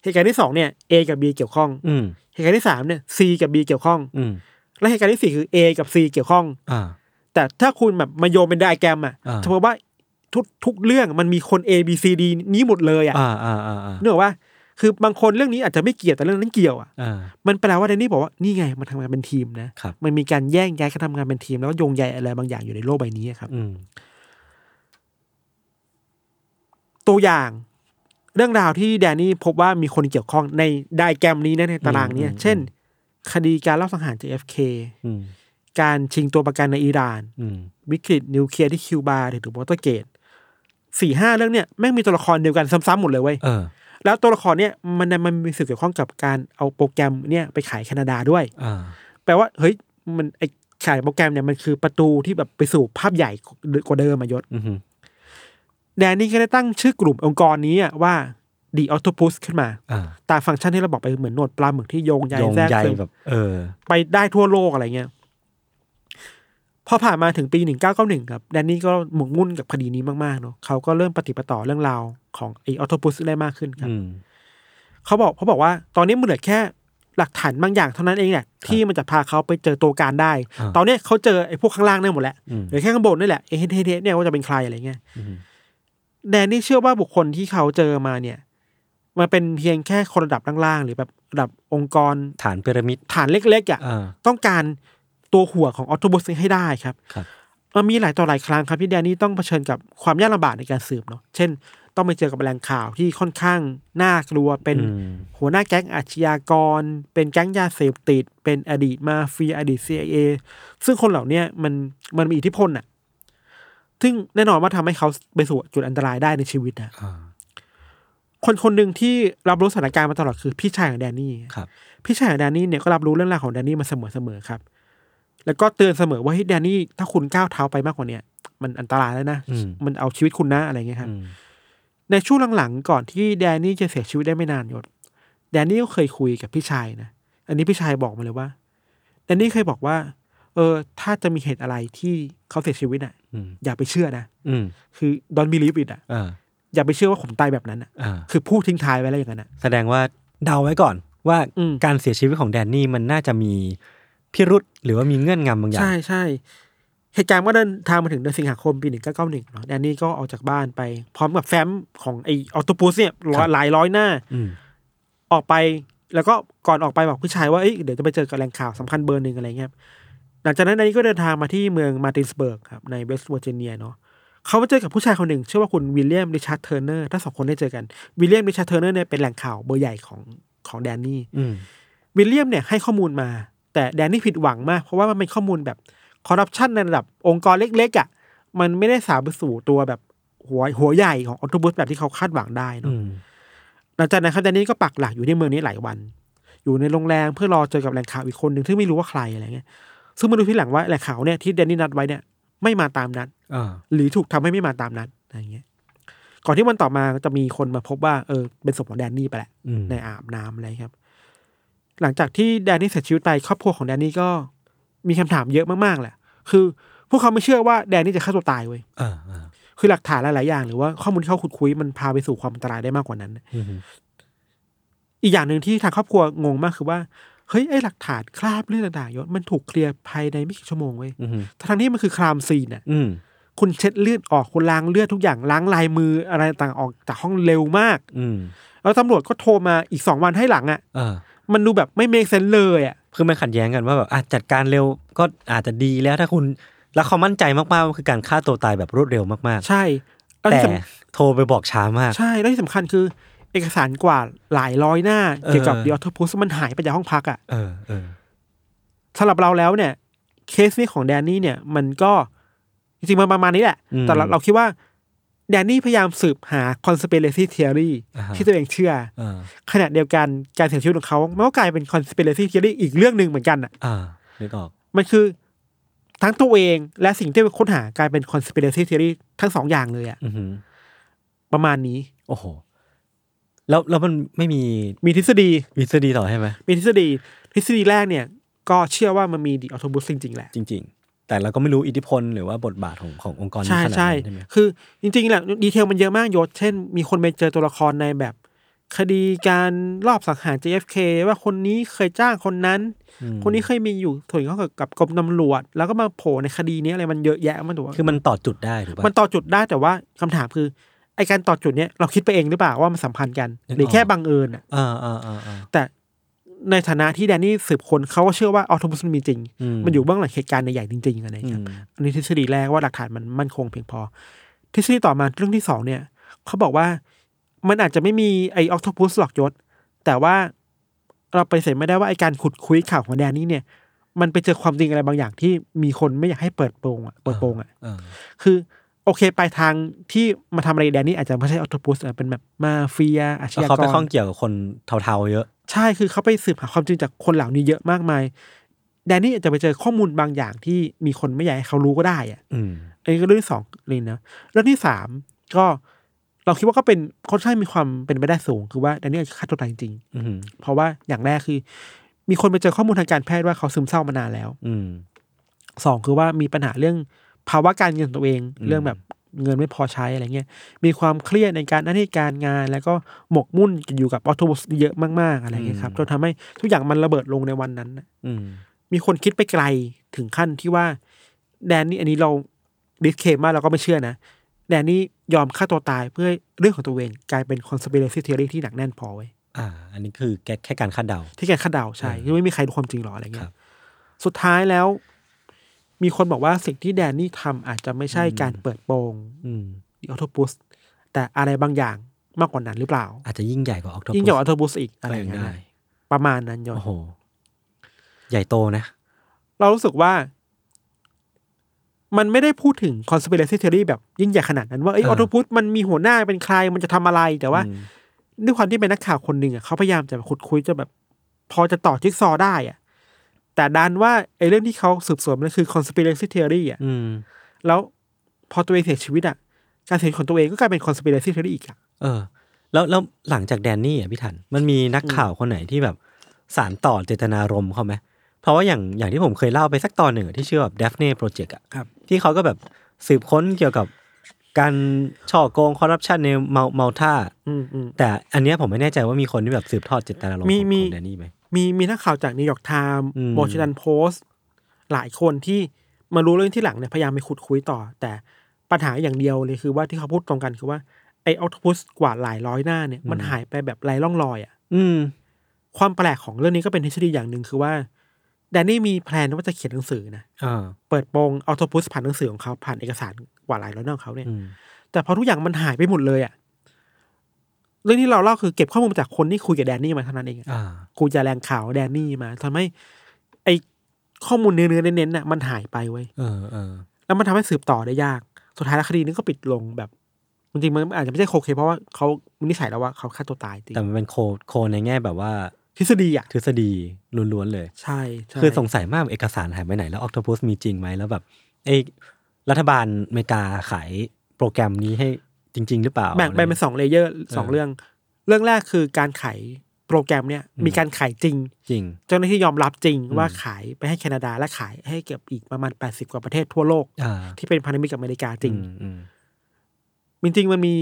C: เหตุการณ์ที่สองเนี่ย A กับ B เกี่ยวข้อง
B: อืม
C: เหตุการณ์ที่สามเนี่ย C กับ B เกี่ยวข้อง
B: อืม
C: และเหตุการณ์ที่สี่คือ A กับ C เกี่ยวข้อง
B: อ่า
C: แต่ถ้าคุณแบบมาโยนเป็นไดอะแกรมอ่ะ
B: อ่า
C: สมมติว่าทุกทุกเรื่องมันมีคน A B C D นี้หมดเลยอ่ะ
B: อ่าอ่าอ่าอ่า
C: เนื่องว่าคือบางคนเรื่องนี้อาจจะไม่เกี่ยวแต่เรื่องนั้นเกี่ยวอ่ะ
B: อ่า
C: มันแปลว่าเดนนี่บอกว่านี่ไงมันทำงานเป็นทีมนะครับ มันมีการแย่งย้ายการทำงานเป็นทีม แล้วก็โยงใยอะไรบางอย่างอยู่ในโลกใบนี้อะครับ
B: อืม
C: ตัวอย่างเรื่องราวที่แดนนี่พบว่ามีคนเกี่ยวข้องในไดอะแกรมนี้นะในตารางเนี้ยเช่น คดีการลอบสังหาร JFK
B: อืม
C: การชิงตัวประกันในอิหร่าน
B: อืม
C: วิกฤตนิวเคลียร์ที่คิวบาหรือวอเตอร์เกตสี่ห้าเรื่องเนี่ยแม่งมีตัวละครเดียวกันซ้ำๆหมดเลยเว้ย
B: เออ
C: แล้วตัวละครเนี่ยมันมันมีส่วนเกี่ยวข้องกับการเอาโปรแกรมเนี่ยไปขายแคนาดาด้วย
B: อ่า
C: แปลว่าเฮ้ยมันไอขายโปรแกรมเนี่ยมันคือประตูที่แบบไปสู่ภาพใหญ่กว่าเดิมอะยศ
B: อืม
C: แดนนี่ก็ได้ตั้งชื่อกลุ่มองค์กรนี้อะว่าดีออโตพุสขึ้นมา
B: อ่า
C: ตามฟังก์ชันที่เราบอกไปเหมือนโหนดปลาหมึกที่โยงใย
B: โยง
C: แทรก
B: ใย
C: ซึม
B: แบบ เออ
C: ไปได้ทั่วโลกอะไรเงี้ย พอผ่านมาถึงปี 1991 ครับ แดนนี่ก็หมกมุ่นกับคดีนี้มากๆเนาะเขาก็เริ่มปฏิปต่อเรื่องราวของไอออโตปุสได้มากขึ้นครับ
B: อืม
C: เขาบอกเขาบอกว่าตอนนี้มันเหลือแค่หลักฐานบางอย่างเท่านั้นเองแหละที่มันจะพาเขาไปเจอตัวการได้
B: อ่า
C: ตอนเนี้ยเขาเจอไอ้พวกข้างล่างได้หมดแล้ว
B: อืม
C: หรือแค่ข้างบนนี่แหละเอเฮเทเนี่ยว่าจะเป็นใครอะไรเงี้ยแดนนี่เชื่อว่าบุคคลที่เขาเจอมาเนี่ยมันเป็นเพียงแค่คนระดับล่างๆหรือแบบระดับองค์กร
B: ฐานพีระมิด
C: ฐานเล็กๆอ่ะ
B: อ่า
C: ต้องการตัวหัวของออโตบอสให้ได้ครับ
B: ครับ
C: มันมีหลายต่อหลายครั้งครับที่แดนนี่ต้องเผชิญกับความยากลำบากในการสืบเนาะ เช่น ต้องไปเจอกับแหล่งข่าวที่ค่อนข้างน่ากลัว เป็น
B: อืม
C: หัวหน้าแก๊งอาชญากร เป็นแก๊งยาเสพติด เป็นอดีตมาเฟียอดีต CIA ซึ่งคนเหล่าเนี้ยมันมันมีอิทธิพลอะซึ่งแน่นอนว่าทำให้เขาไปสู่จุดอันตรายได้ในชีวิตนะ
B: อ่า
C: คนคนหนึ่งที่รับรู้สถานการณ์มาตลอดคือพี่ชายของแดนนี่
B: ครับ
C: พี่ชายของแดนนี่เนี่ยก็รับรู้เรื่องราวของแดนนี่มาเสมอๆครับ แล้วก็เตือนเสมอว่าเฮ้ยแดนนี่ถ้าคุณก้าวเท้าไปมากกว่าเนี้ยมันอันตรายแล้วนะ
B: อืม
C: มันเอาชีวิตคุณนะอะไรเงี้ยครับ
B: อืม
C: ในช่วงหลังๆก่อนที่แดนนี่จะเสียชีวิตได้ไม่นานยศแดนนี่ก็เคยคุยกับพี่ชายนะ อันนี้พี่ชายบอกมาเลยว่าแดนนี่เคยบอกว่า เออ ถ้าจะมีเหตุอะไรที่เขาเสียชีวิตอ่ะ
B: อืม
C: อย่าไปเชื่อนะ
B: อืม
C: คือดอนบีลีฟอิดอ่ะ
B: อ่า
C: อย่าไปเชื่อว่าผมตายแบบนั้นอ่ะ
B: อ่า
C: คือพูดทิ้งท้ายไว้แล้วอย่างนั้นอ่ะ
B: แสดงว่าเดาไว้ก่อนว่า
C: อืม
B: การเสียชีวิตของแดนนี่มันน่าจะมีพิรุษหรือว่ามีเงื่อนงำบางอย่าง
C: ใช่ใช่เหตุการณ์ก็เดินทางมาถึงเดือนสิงหาคมปีหนึ่งเก้าเก้าหนึ่งเนาะแดนนี่ก็ออกจากบ้านไป พร้อมกับแฟ้มของไอออโตปูสเนี่ยร้อยหลายร้อยหน้า
B: อืม
C: ออกไปแล้วก็ก่อนออกไปบอกพี่ชายว่าเอ้ยเดี๋ยวจะไปเจอกับแหล่งข่าวสำคัญเบอร์หนึ่งอะไรเงี้ยหลังจากนั้นแดนนี่ก็เดินทางมาที่เมืองมาร์ตินสเบิร์กครับในเวสต์เวอร์จิเนียเนาะเขาไปเจอกับผู้ชายคนหนึ่งชื่อว่าคุณวิลเลียมริชาร์ดเทอร์เนอร์ถ้าสองคนได้เจอกันวิลเลียมริชาร์ดเทอร์เนอร์เนี่ยเป็นแหล่งข่าวเบอร์ใหญ่ของของแดนนี่
B: อืม
C: วิลเลียมเนี่ยให้ข้อมูลมา แต่แดนนี่ผิดหวังมาก เพราะว่ามันเป็นข้อมูลแบบคอร์รัปชันในระดับองค์กรเล็กๆอะ่ะมันไม่ได้สาวไปสู่ตัวแบบหัวหัวใหญ่ของออโตบุสแบบที่เขาคาดหวังได้
B: อื
C: เนาะ
B: ม
C: หลังจากนั้นครับแดนนี่ก็ปักหลักอยู่ในเมืองนี้หลายวัน อยู่ในโรงแรมเพื่อรอเจอกับแหล่งข่าวอีกคนหนึ่งที่งไม่รู้ว่าใครอะไรเงี้ยซึ่งมาดูที่หลังว่าแหล่งข่าวเนี่ยที่แดนนี่นัดไว้เนี่ยไม่มาตามนัด
B: อ่า
C: หรือถูกทำให้ไม่มาตามนัดอะไรเงี้ย ก่อนที่วันต่อมาจะมีคนมาพบว่าเออเป็นศพของแดนนี่ไปแหละ
B: อืม
C: ในอาบน้ำอะไรครับ หลังจากที่แดนนี่เสียชีวิตไปครอบครัวของแดนนี่ก็มีคำถามเยอะมากๆแหละ คือพวกเขาไม่เชื่อว่าแดนนี่จะฆ่าตัวตายเว้ย
B: เออเออ
C: คือหลักฐานหลายๆอย่างหรือว่าข้อมูลที่เขาขุดคุยมันพาไปสู่ความอันตรายได้มากกว่านั้น
B: อืม
C: อีกอย่างหนึ่งที่ทางครอบครัวงงมากคือว่าเฮ้ยไอ้หลักฐานคราบเลือดต่างๆยศมันถูกเคลียร์ภายในไม่กี่ชั่วโมงเว้ย
B: อืม
C: ทั้งที่มันคือครามซีนอ่ะ
B: อืม
C: คุณเช็ดเลือดออกคุณล้างเลือดทุกอย่างล้างลายมืออะไรต่างออกจากห้องเร็วมาก
B: อืม
C: แล้วตำรวจก็โทรมาอีกสองวันให้หลังอ่ะ
B: เออ
C: มันดูแบบไม่เมคเซนเลยอ่ะ
B: คือมันขัดแย้งกันว่าแบบอ่ะจัดการเร็วก็อาจจะดีแล้วถ้าคุณแล้วเขามั่นใจมากๆว่าคือการฆ่าตัวตายแบบรวดเร็วมาก
C: ใช่
B: ๆ
C: แล้ว
B: แต่
C: ที่สำ
B: โทรไปบอกช้ามาก
C: ใช่แล้วที่สำคัญคือ เอกสารกว่าหลายร้อยหน้า
B: เออ
C: เกี่ยวกับดีออทพูสมันหายไปจากห้องพักอ่ะ
B: เออเออ
C: สำหรับเราแล้วเนี่ย เคสนี้ของแดนนี่เนี่ย มันก็จริงๆมันประมาณนี้แหละ แต่เราเราคิดว่า แดนนี่พยายามสืบหา conspiracy theory
B: าฮะ
C: ที่ตัวเองเชื่อ
B: เออ
C: ขณะเดียวกันการเสียชีวิตของเขามันก็กลายเป็น conspiracy theory อีกเรื่องหนึ่งเหมือนกันอ่ะ
B: อ่านึกออก
C: มันคือทั้งตัวเองและสิ่งที่ค้นหากลายเป็น conspiracy theory ทั้งสองอย่างเลยอะ
B: อือหือ
C: ประมาณนี้
B: โอ้โห แล้วแล้วมันไม่มี
C: มีทฤษฎี
B: วิสดีต่อใช่ไหม
C: มีทฤษฎีทฤษฎีแรกเนี่ย ก็เชื่อว่ามันมีดิออโตบุสจริงๆแหละ
B: จริง ๆ แต่เราก็ไม่รู้อิทธิพลหรือว่าบทบาทของขององค์กรนี้
C: ใช่
B: ขนาด
C: ใช่
B: นั้นใช่ไหม
C: คือจริงๆแหละดีเทลมันเยอะมากยศ เช่น มีคนไปเจอตัวละครในแบบ คดีการรอบสังหาร JFK ว่าคนนี้เคยจ้างคนนั้น คนนี้เคยมีอยู่ส่วนเกี่ยวข้องกับกับกรมตำรวจ แล้วก็มาโผล่ในคดีนี้อะไรมันเยอะแยะมันตัว
B: คือมันต่อจุดได้ถูกปะ
C: มันต่อจุดได้แต่ว่าคำถามคือไอการต่อจุดเนี้ยเราคิดไปเองหรือเปล่าว่ามันสัมพันธ์กัน
B: นึกออก
C: หรือแค่บังเอิญอ่ะ
B: อ่าอ่าอ่าอ่า
C: แต่ในฐานะที่แดนนี่สืบคนเขาก็เชื่อว่าออโตบัสมันมีจริง
B: อืม
C: มันอยู่เบื้องหลังเหตุการณ์ใหญ่ๆจริงๆอะไรอย่างเงี้ยอันนี้ทฤษฎีแรกว่าหลักฐานมันมั่นคงเพียงพอ ทฤษฎีต่อมาเรื่องที่สองเนี่ยเขาบอกว่ามันอาจจะไม่มีไอออโตบัสหลอกยศ แต่ว่าเราไปฏิเสร็จไม่ได้ว่าไอการขุดคุยข่าวของแดนนี่เนี่ย มันไปเจอความจริงอะไรบางอย่างที่มีคนไม่อยากให้เปิดโปงอะเปิดโปงอะ
B: เออ
C: คือโอเคปลายทางที่มาทำอะไรแดนนี่อาจจะไม่ใช่ออโตปุสเป็นแบบมาเฟียอาช
B: แล้ว
C: ญา
B: เขา
C: ก
B: ไปข้อ
C: รง
B: เกี่ยวกับคนเทาๆเยอะ
C: ใช่คือเขาไปสืบหาความจริงจากคนเหล่านี้เยอะมากมาย แดนนี่อาจจะไปเจอข้อมูลบางอย่างที่มีคนไม่อยากให้เขารู้ก็ได้อะ
B: อืม
C: อันนี้ก็เรื่องที่สองเลยนะเรื่องที่สามก็เราคิดว่าก็เป็นค่อนข้างมีความเป็นไปได้สูง คือว่าแดนนี่อาจจะฆ่าตัวตายจริง
B: อืม
C: ๆเพราะว่าอย่างแรกคือ มีคนไปเจอข้อมูลทางการแพทย์ว่าเขาซึมเศร้ามานานแล้ว
B: อืม
C: สองคือว่ามีปัญหาเรื่องภาวะการเงินตัวเอง เรื่องแบบเงินไม่พอใช้อะไรเงี้ยมีความเครียดในการหน้าที่การงาน แล้วก็หมกมุ่นอยู่กับออโตบัสเยอะมากๆอะไรเงี้ยครับ
B: อืม
C: จนทำให้ทุกอย่างมันระเบิดลงในวันนั้นน่ะ
B: อืม
C: มีคนคิดไปไกลถึงขั้นที่ว่าแดนนี่อันนี้เราดิสเคมมากเราก็ไม่เชื่อนะ แดนนี่ยอมฆ่าตัวตายเพื่อเรื่องของตัวเองกลายเป็นคอน spiracy theory ที่หนักแน่นพอไว้ย
B: อ่า อันนี้คือแค่แค่การคาดเดา
C: ที่แกคาดเดาใช่
B: อืม
C: คือไม่มีใครรู้ความจริงหรออะไรเงี้
B: ครับ
C: ยสุดท้ายแล้ว มีคนบอกว่าสิ่งที่แดนนี่ทำอาจจะไม่ใช่การเปิดโปง
B: อืม
C: ออโตบุสแต่อะไรบางอย่างมากกว่านั้นหรือเปล่า
B: อาจจะยิ่งใหญ่กว่าออกท
C: ยิ่งใหญ่กว่าออโตบุสอีกอะไรอย่างเงี้ย
B: ได้
C: ประมาณนั้นยน
B: โอ้โห ใหญ่โตนะ
C: เรารู้สึกว่า มันไม่ได้พูดถึง conspiracy theory แบบยิ่งใหญ่ขนาดนั้น ว่าไออ
B: เออ
C: อโตบุสมันมีหัวหน้าเป็นใครมันจะทำอะไร แต่ว่า
B: อืม
C: ด้วยความที่เป็นนักข่าวคนหนึ่งอ่ะเขาพยายามจะขุดคุยจะแบบ พอจะต่อจิ๊กซอว์ได้อ่ะแต่ดันว่าไอ้เรื่องที่เขาสืบสวนมันคือ conspiracy theory อ่ะ
B: อืม
C: แล้วพอตัวเองเสียชีวิตอ่ะการเสียชีวิตของตัวเองก็กลายเป็น conspiracy theory อีกอ่ะ
B: เออ แล้วแล้วหลังจากแดนนี่อ่ะพี่ทัน มันมีนักข่าวคนไหนที่แบบสารต่อเจตนารมณ์เขาไหม เพราะว่าอย่างอย่างที่ผมเคยเล่าไปสักตอนหนึ่งอะที่ชื่อแบบเดฟเน่โปรเจกต์อ่ะ
C: ครับ
B: ที่เขาก็แบบสืบค้นเกี่ยวกับการช่อโกงคอร์รัปชันในเมาเมาท่า
C: อืมอืม
B: แต่อันเนี้ยผมไม่แน่ใจว่ามีคนที่แบบสืบทอดเจตนารมณ์
C: มี
B: ของ
C: มี
B: ของแดนนี่ไหม
C: มีมีนักข่าวจากนิวยอร์กไทม์
B: อืม
C: วอชิงตันโพสต์หลายคนที่มารู้เรื่องที่หลังเนี่ยพยายามไปขุดคุยต่อ แต่ปัญหาอย่างเดียวเลยคือว่าที่เขาพูดตรงกันคือว่าไอออทพุสกว่าหลายร้อยหน้าเนี่ยมันหายไปแบบไร้ร่องรอยอ่ะ
B: อืม
C: ความแปลกของเรื่องนี้ก็เป็นทฤษฎีอย่างหนึ่งคือว่าแดนนี่มีแพลนว่าจะเขียนหนังสือนะ
B: อ่า
C: เปิดโปงออโตพุสผ่านหนังสือของเขาผ่านเอกสารกว่าหลายร้อยหน้าของเขาเนี่ย
B: อืม
C: แต่พอทุกอย่างมันหายไปหมดเลยอะเรื่องที่เราเล่าคือเก็บข้อมูลมาจากคนที่คุยกับแดนนี่มาเท่านั้นเองอะ
B: อ่า
C: คุยจะแรงข่าวแดนนี่มาทำให้ไอข้อมูลเนื้อๆเน้นๆน่ะมันหายไปเว้ย
B: เออเออ
C: แล้วมันทำให้สืบต่อได้ยาก สุดท้ายแล้วคดีนี้ก็ปิดลงแบบจริงๆมันอาจจะไม่ใช่โคเคเพราะว่าเขาวินิจฉัยแล้วว่าเขาฆ่าตัวตายจริง
B: แต่มันเป็นโคโคในแง่แบบว่า
C: ทฤษฎีอ่ะ
B: ทฤษฎีล้วนๆเลย
C: ใช่ใช่
B: คือสงสัยมากเอกสารหายไปไหนแล้วออ t o ต u สมีจริงไหมแล้วแบบไอ้รัฐบาลอเมริกาขายโปรแกรมนี้ให้ จริง ๆ หรือเปล่า
C: แบ่งไปเป็นสองเลเยอร์สองเรื่อง เรื่องแรกคือการขายโปรแกรมเนี่ยมีการขายจริง
B: จริง
C: เจ้าหน้าที่ยอมรับจริง
B: อืม
C: ว่าขายไปให้แคนาดาและขายให้เกือบอีกประมาณ 80 กว่าประเทศทั่วโลก
B: อ่า
C: ที่เป็นพันธมิตรกับอเมริกาจริง
B: อืมอืม
C: จริงๆมันมี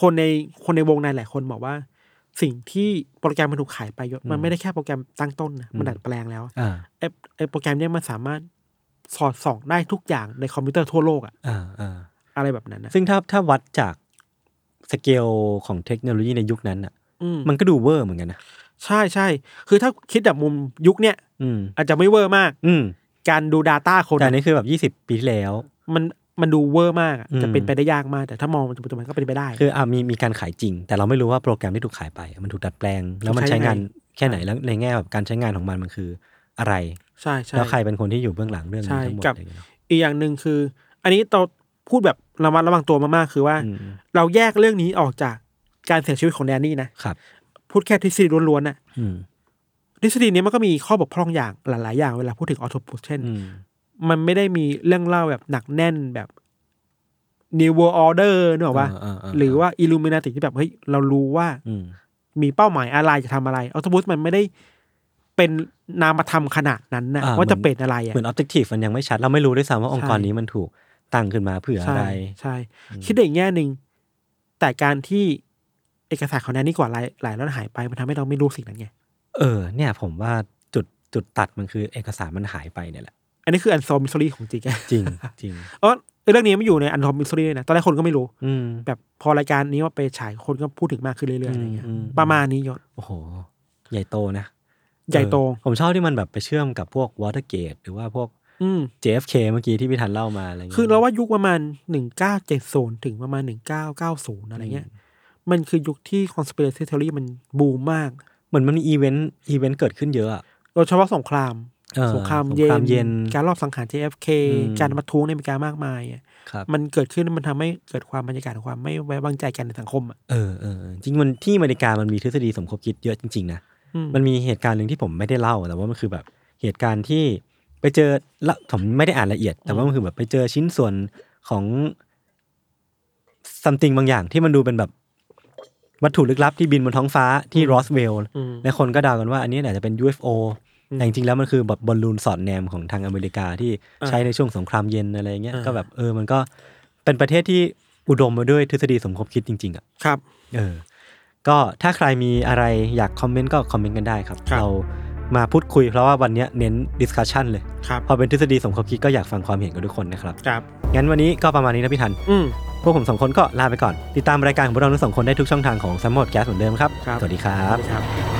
C: คนในคนในวงในหลายคนบอกว่า สิ่งที่โปรแกรมมันถูกขายไปยศมันไม่ได้แค่โปรแกรมตั้งต้นนะมันดัดแปลงแล้ว
B: อ่า
C: ไอ้ไอ้โปรแกรมเนี่ยมันสามารถสอดส่องได้ทุกอย่างในคอมพิวเตอร์ทั่วโลกอะ
B: อ่าอ่า
C: อะไรแบบนั้นนะ
B: ซึ่งถ้าถ้าวัดจากสเกลของเทคโนโลยีในยุคนั้นอ่ะ
C: อืม
B: มันก็ดูเวอร์เหมือนกันนะ
C: ใช่ใช่คือถ้าคิดแบบมุมยุคเนี่ย
B: อืม
C: อาจจะไม่เวอร์มาก
B: อืม
C: การดู Data คน
B: แต่อันนี่คือแบบยี่สิบ20 ปีที่แล้ว
C: มันมันดูเวอร์มากอะ
B: อืม
C: จะเป็นไปได้ยากมาก แต่ถ้ามองปัจจุบันก็เป็นไปได้
B: คืออ่ะมีมีการขายจริง แต่เราไม่รู้ว่าโปรแกรมที่ถูกขายไป มันถูกดัดแปลง แล้วมัน
C: ใช้
B: ใช้
C: ยังไง
B: งานแค่ไหนแล้วในแง่แบบการใช้งานของมันมันคืออะไร
C: ใช่ใช่
B: แล้วใครเป็นคนที่อยู่เบื้องหลังเรื่องนี้
C: ใช่
B: ทั้งหมด
C: กับ
B: อะไรอย่างเงี้ยเนอะ
C: อีกอย่างหนึ่งคือ อันนี้เราพูดแบบระมัดระวังตัวมากๆคือว่า
B: อืม
C: เราแยกเรื่องนี้ออกจากการเสียชีวิตของแดนนี่นะครับ พูดแค่ทฤษฎีล้วนๆน่ะ
B: อืม
C: ทฤษฎีนี้มันก็มีข้อบกพร่องอย่างหลายๆอย่างเวลาพูดถึงออโตพุสเช่น
B: อืม
C: มันไม่ได้มีเรื่องเล่าแบบหนักแน่นแบบ New World Order นึกออกปะ
B: อ่าอ่าอ่า
C: หรือว่า Illuminati ที่แบบเฮ้ยเรารู้ว่า
B: อืม
C: มีเป้าหมายอะไรจะทำอะไรออโตบุสมันไม่ได้เป็นนามธรรมขนาดนั้นนะ
B: อ่า
C: ว่าจะ
B: มัน
C: เป็นอะไรอ่ะ
B: เหมือนออบเจกตีฟมันยังไม่ชัด เราไม่รู้ด้วยซ้ำว่าองค์กร
C: ใช่
B: นี้มันถูกตั้งขึ้นมาเพื่ออะ
C: ใช่
B: ไร
C: ใช่ คิดได้อีกแง่หนึ่งแต่การที่เอกสารของแนนนี่กว่าหลายหลายแล้วหายไปมันทำให้เราไม่รู้สิ่งนั้นไง
B: เออ เนี่ย ผมว่าจุดจุดตัดมันคือเอกสารมันหายไปเนี่ยแหละ
C: อันนี้คืออันซอมมิสซอรี่ของจริง อะ
B: จริงจริง
C: เออเรื่องนี้ไม่อยู่ในอันซอมมิสซอรี่เลยนะตอนแรกคนก็ไม่รู้
B: อืม
C: แบบพอรายการนี้ว่าไปฉายคนก็พูดถึงมากขึ้นเรื่อยๆอะไรเงี้ย
B: อืมอืม
C: ประมาณนี้ยศ
B: โอ้โห ใหญ่โตนะ
C: ใหญ่โต
B: เออผมชอบที่มันแบบไปเชื่อมกับพวกวอเตอร์เกตหรือว่าพวก
C: อืม
B: JFK เมื่อกี้ที่พี่ทันเล่ามาอะไรอย่างเงี้ย
C: คือเราว่ายุคประมาณหนึ่งเก้าเจ็ดศูนย์ถึงประมาณหนึ่งเก้าเก้าศูนย์อะไรเงี้ย มันคือยุคที่ conspiracy theory มันบูมมาก
B: เหมือนมันมีอีเวนต์อีเวนต์เกิดขึ้นเยอะอะ
C: โดยเฉพาะสงคราม
B: เออ
C: สงคราม
B: สงครามเย็
C: เย็น
B: น
C: การรอบสังหาร JFK
B: อืม
C: การประท้วงในอเมริกามากมายอะ
B: ครับ
C: มันเกิดขึ้นมันทำให้เกิดความบรรยากาศของความไม่ไว้วางใจกันในสังคมอ่ะ
B: เออเออเออจริงมันที่อเมริกามันมีทฤษฎีสมคบคิดเยอะจริง ๆ นะ
C: อืม
B: มันมีเหตุการณ์หนึ่งที่ผมไม่ได้เล่า แต่ว่ามันคือแบบเหตุการณ์ที่ไปเจอละผมไม่ได้อ่านละเอียด แต่ว่ามันคือแบบไปเจอชิ้นส่วนของซัมติงบางอย่างที่มันดูเป็นแบบวัตถุลึกลับที่บินบนท้องฟ้าที่รอสเวลล์
C: อืม
B: และคนก็เดากันว่าอันนี้อาจจะเป็น UFO
C: อืม
B: แต่จริงๆแล้วมันคือแบบบอลลูนสอดแนมของทางอเมริกาที่
C: อ่า
B: ใช้ในช่วงสงครามเย็นอะไรเงี้ย
C: อ่า
B: ก็แบบเออมันก็เป็นประเทศที่อุดมไปด้วยทฤษฎีสมคบคิดจริงๆอ่ะ
C: ครับ
B: เออ ก็ถ้าใครมีอะไรอยากคอมเมนต์ก็คอมเมนต์กันได้ครับ
C: ครับ
B: เรามาพูดคุยเพราะว่าวันเนี้ยเน้นดิสคัชชันเลย
C: ครับ
B: พอเป็นทฤษฎีสมคบคิดก็อยากฟังความเห็นกันทุกคนนะครับ
C: ครับ
B: งั้นวันนี้ก็ประมาณนี้นะพี่ทัน
C: อืม
B: พวกผมสองคนก็ลาไปก่อน ติดตามรายการของพวกเราทั้งสองคนได้ทุกช่องทางของสมอดแก๊สเหมือนเดิมครับ
C: ครับ
B: สวัสดีครั
C: สวั
B: บ
C: สดีครับ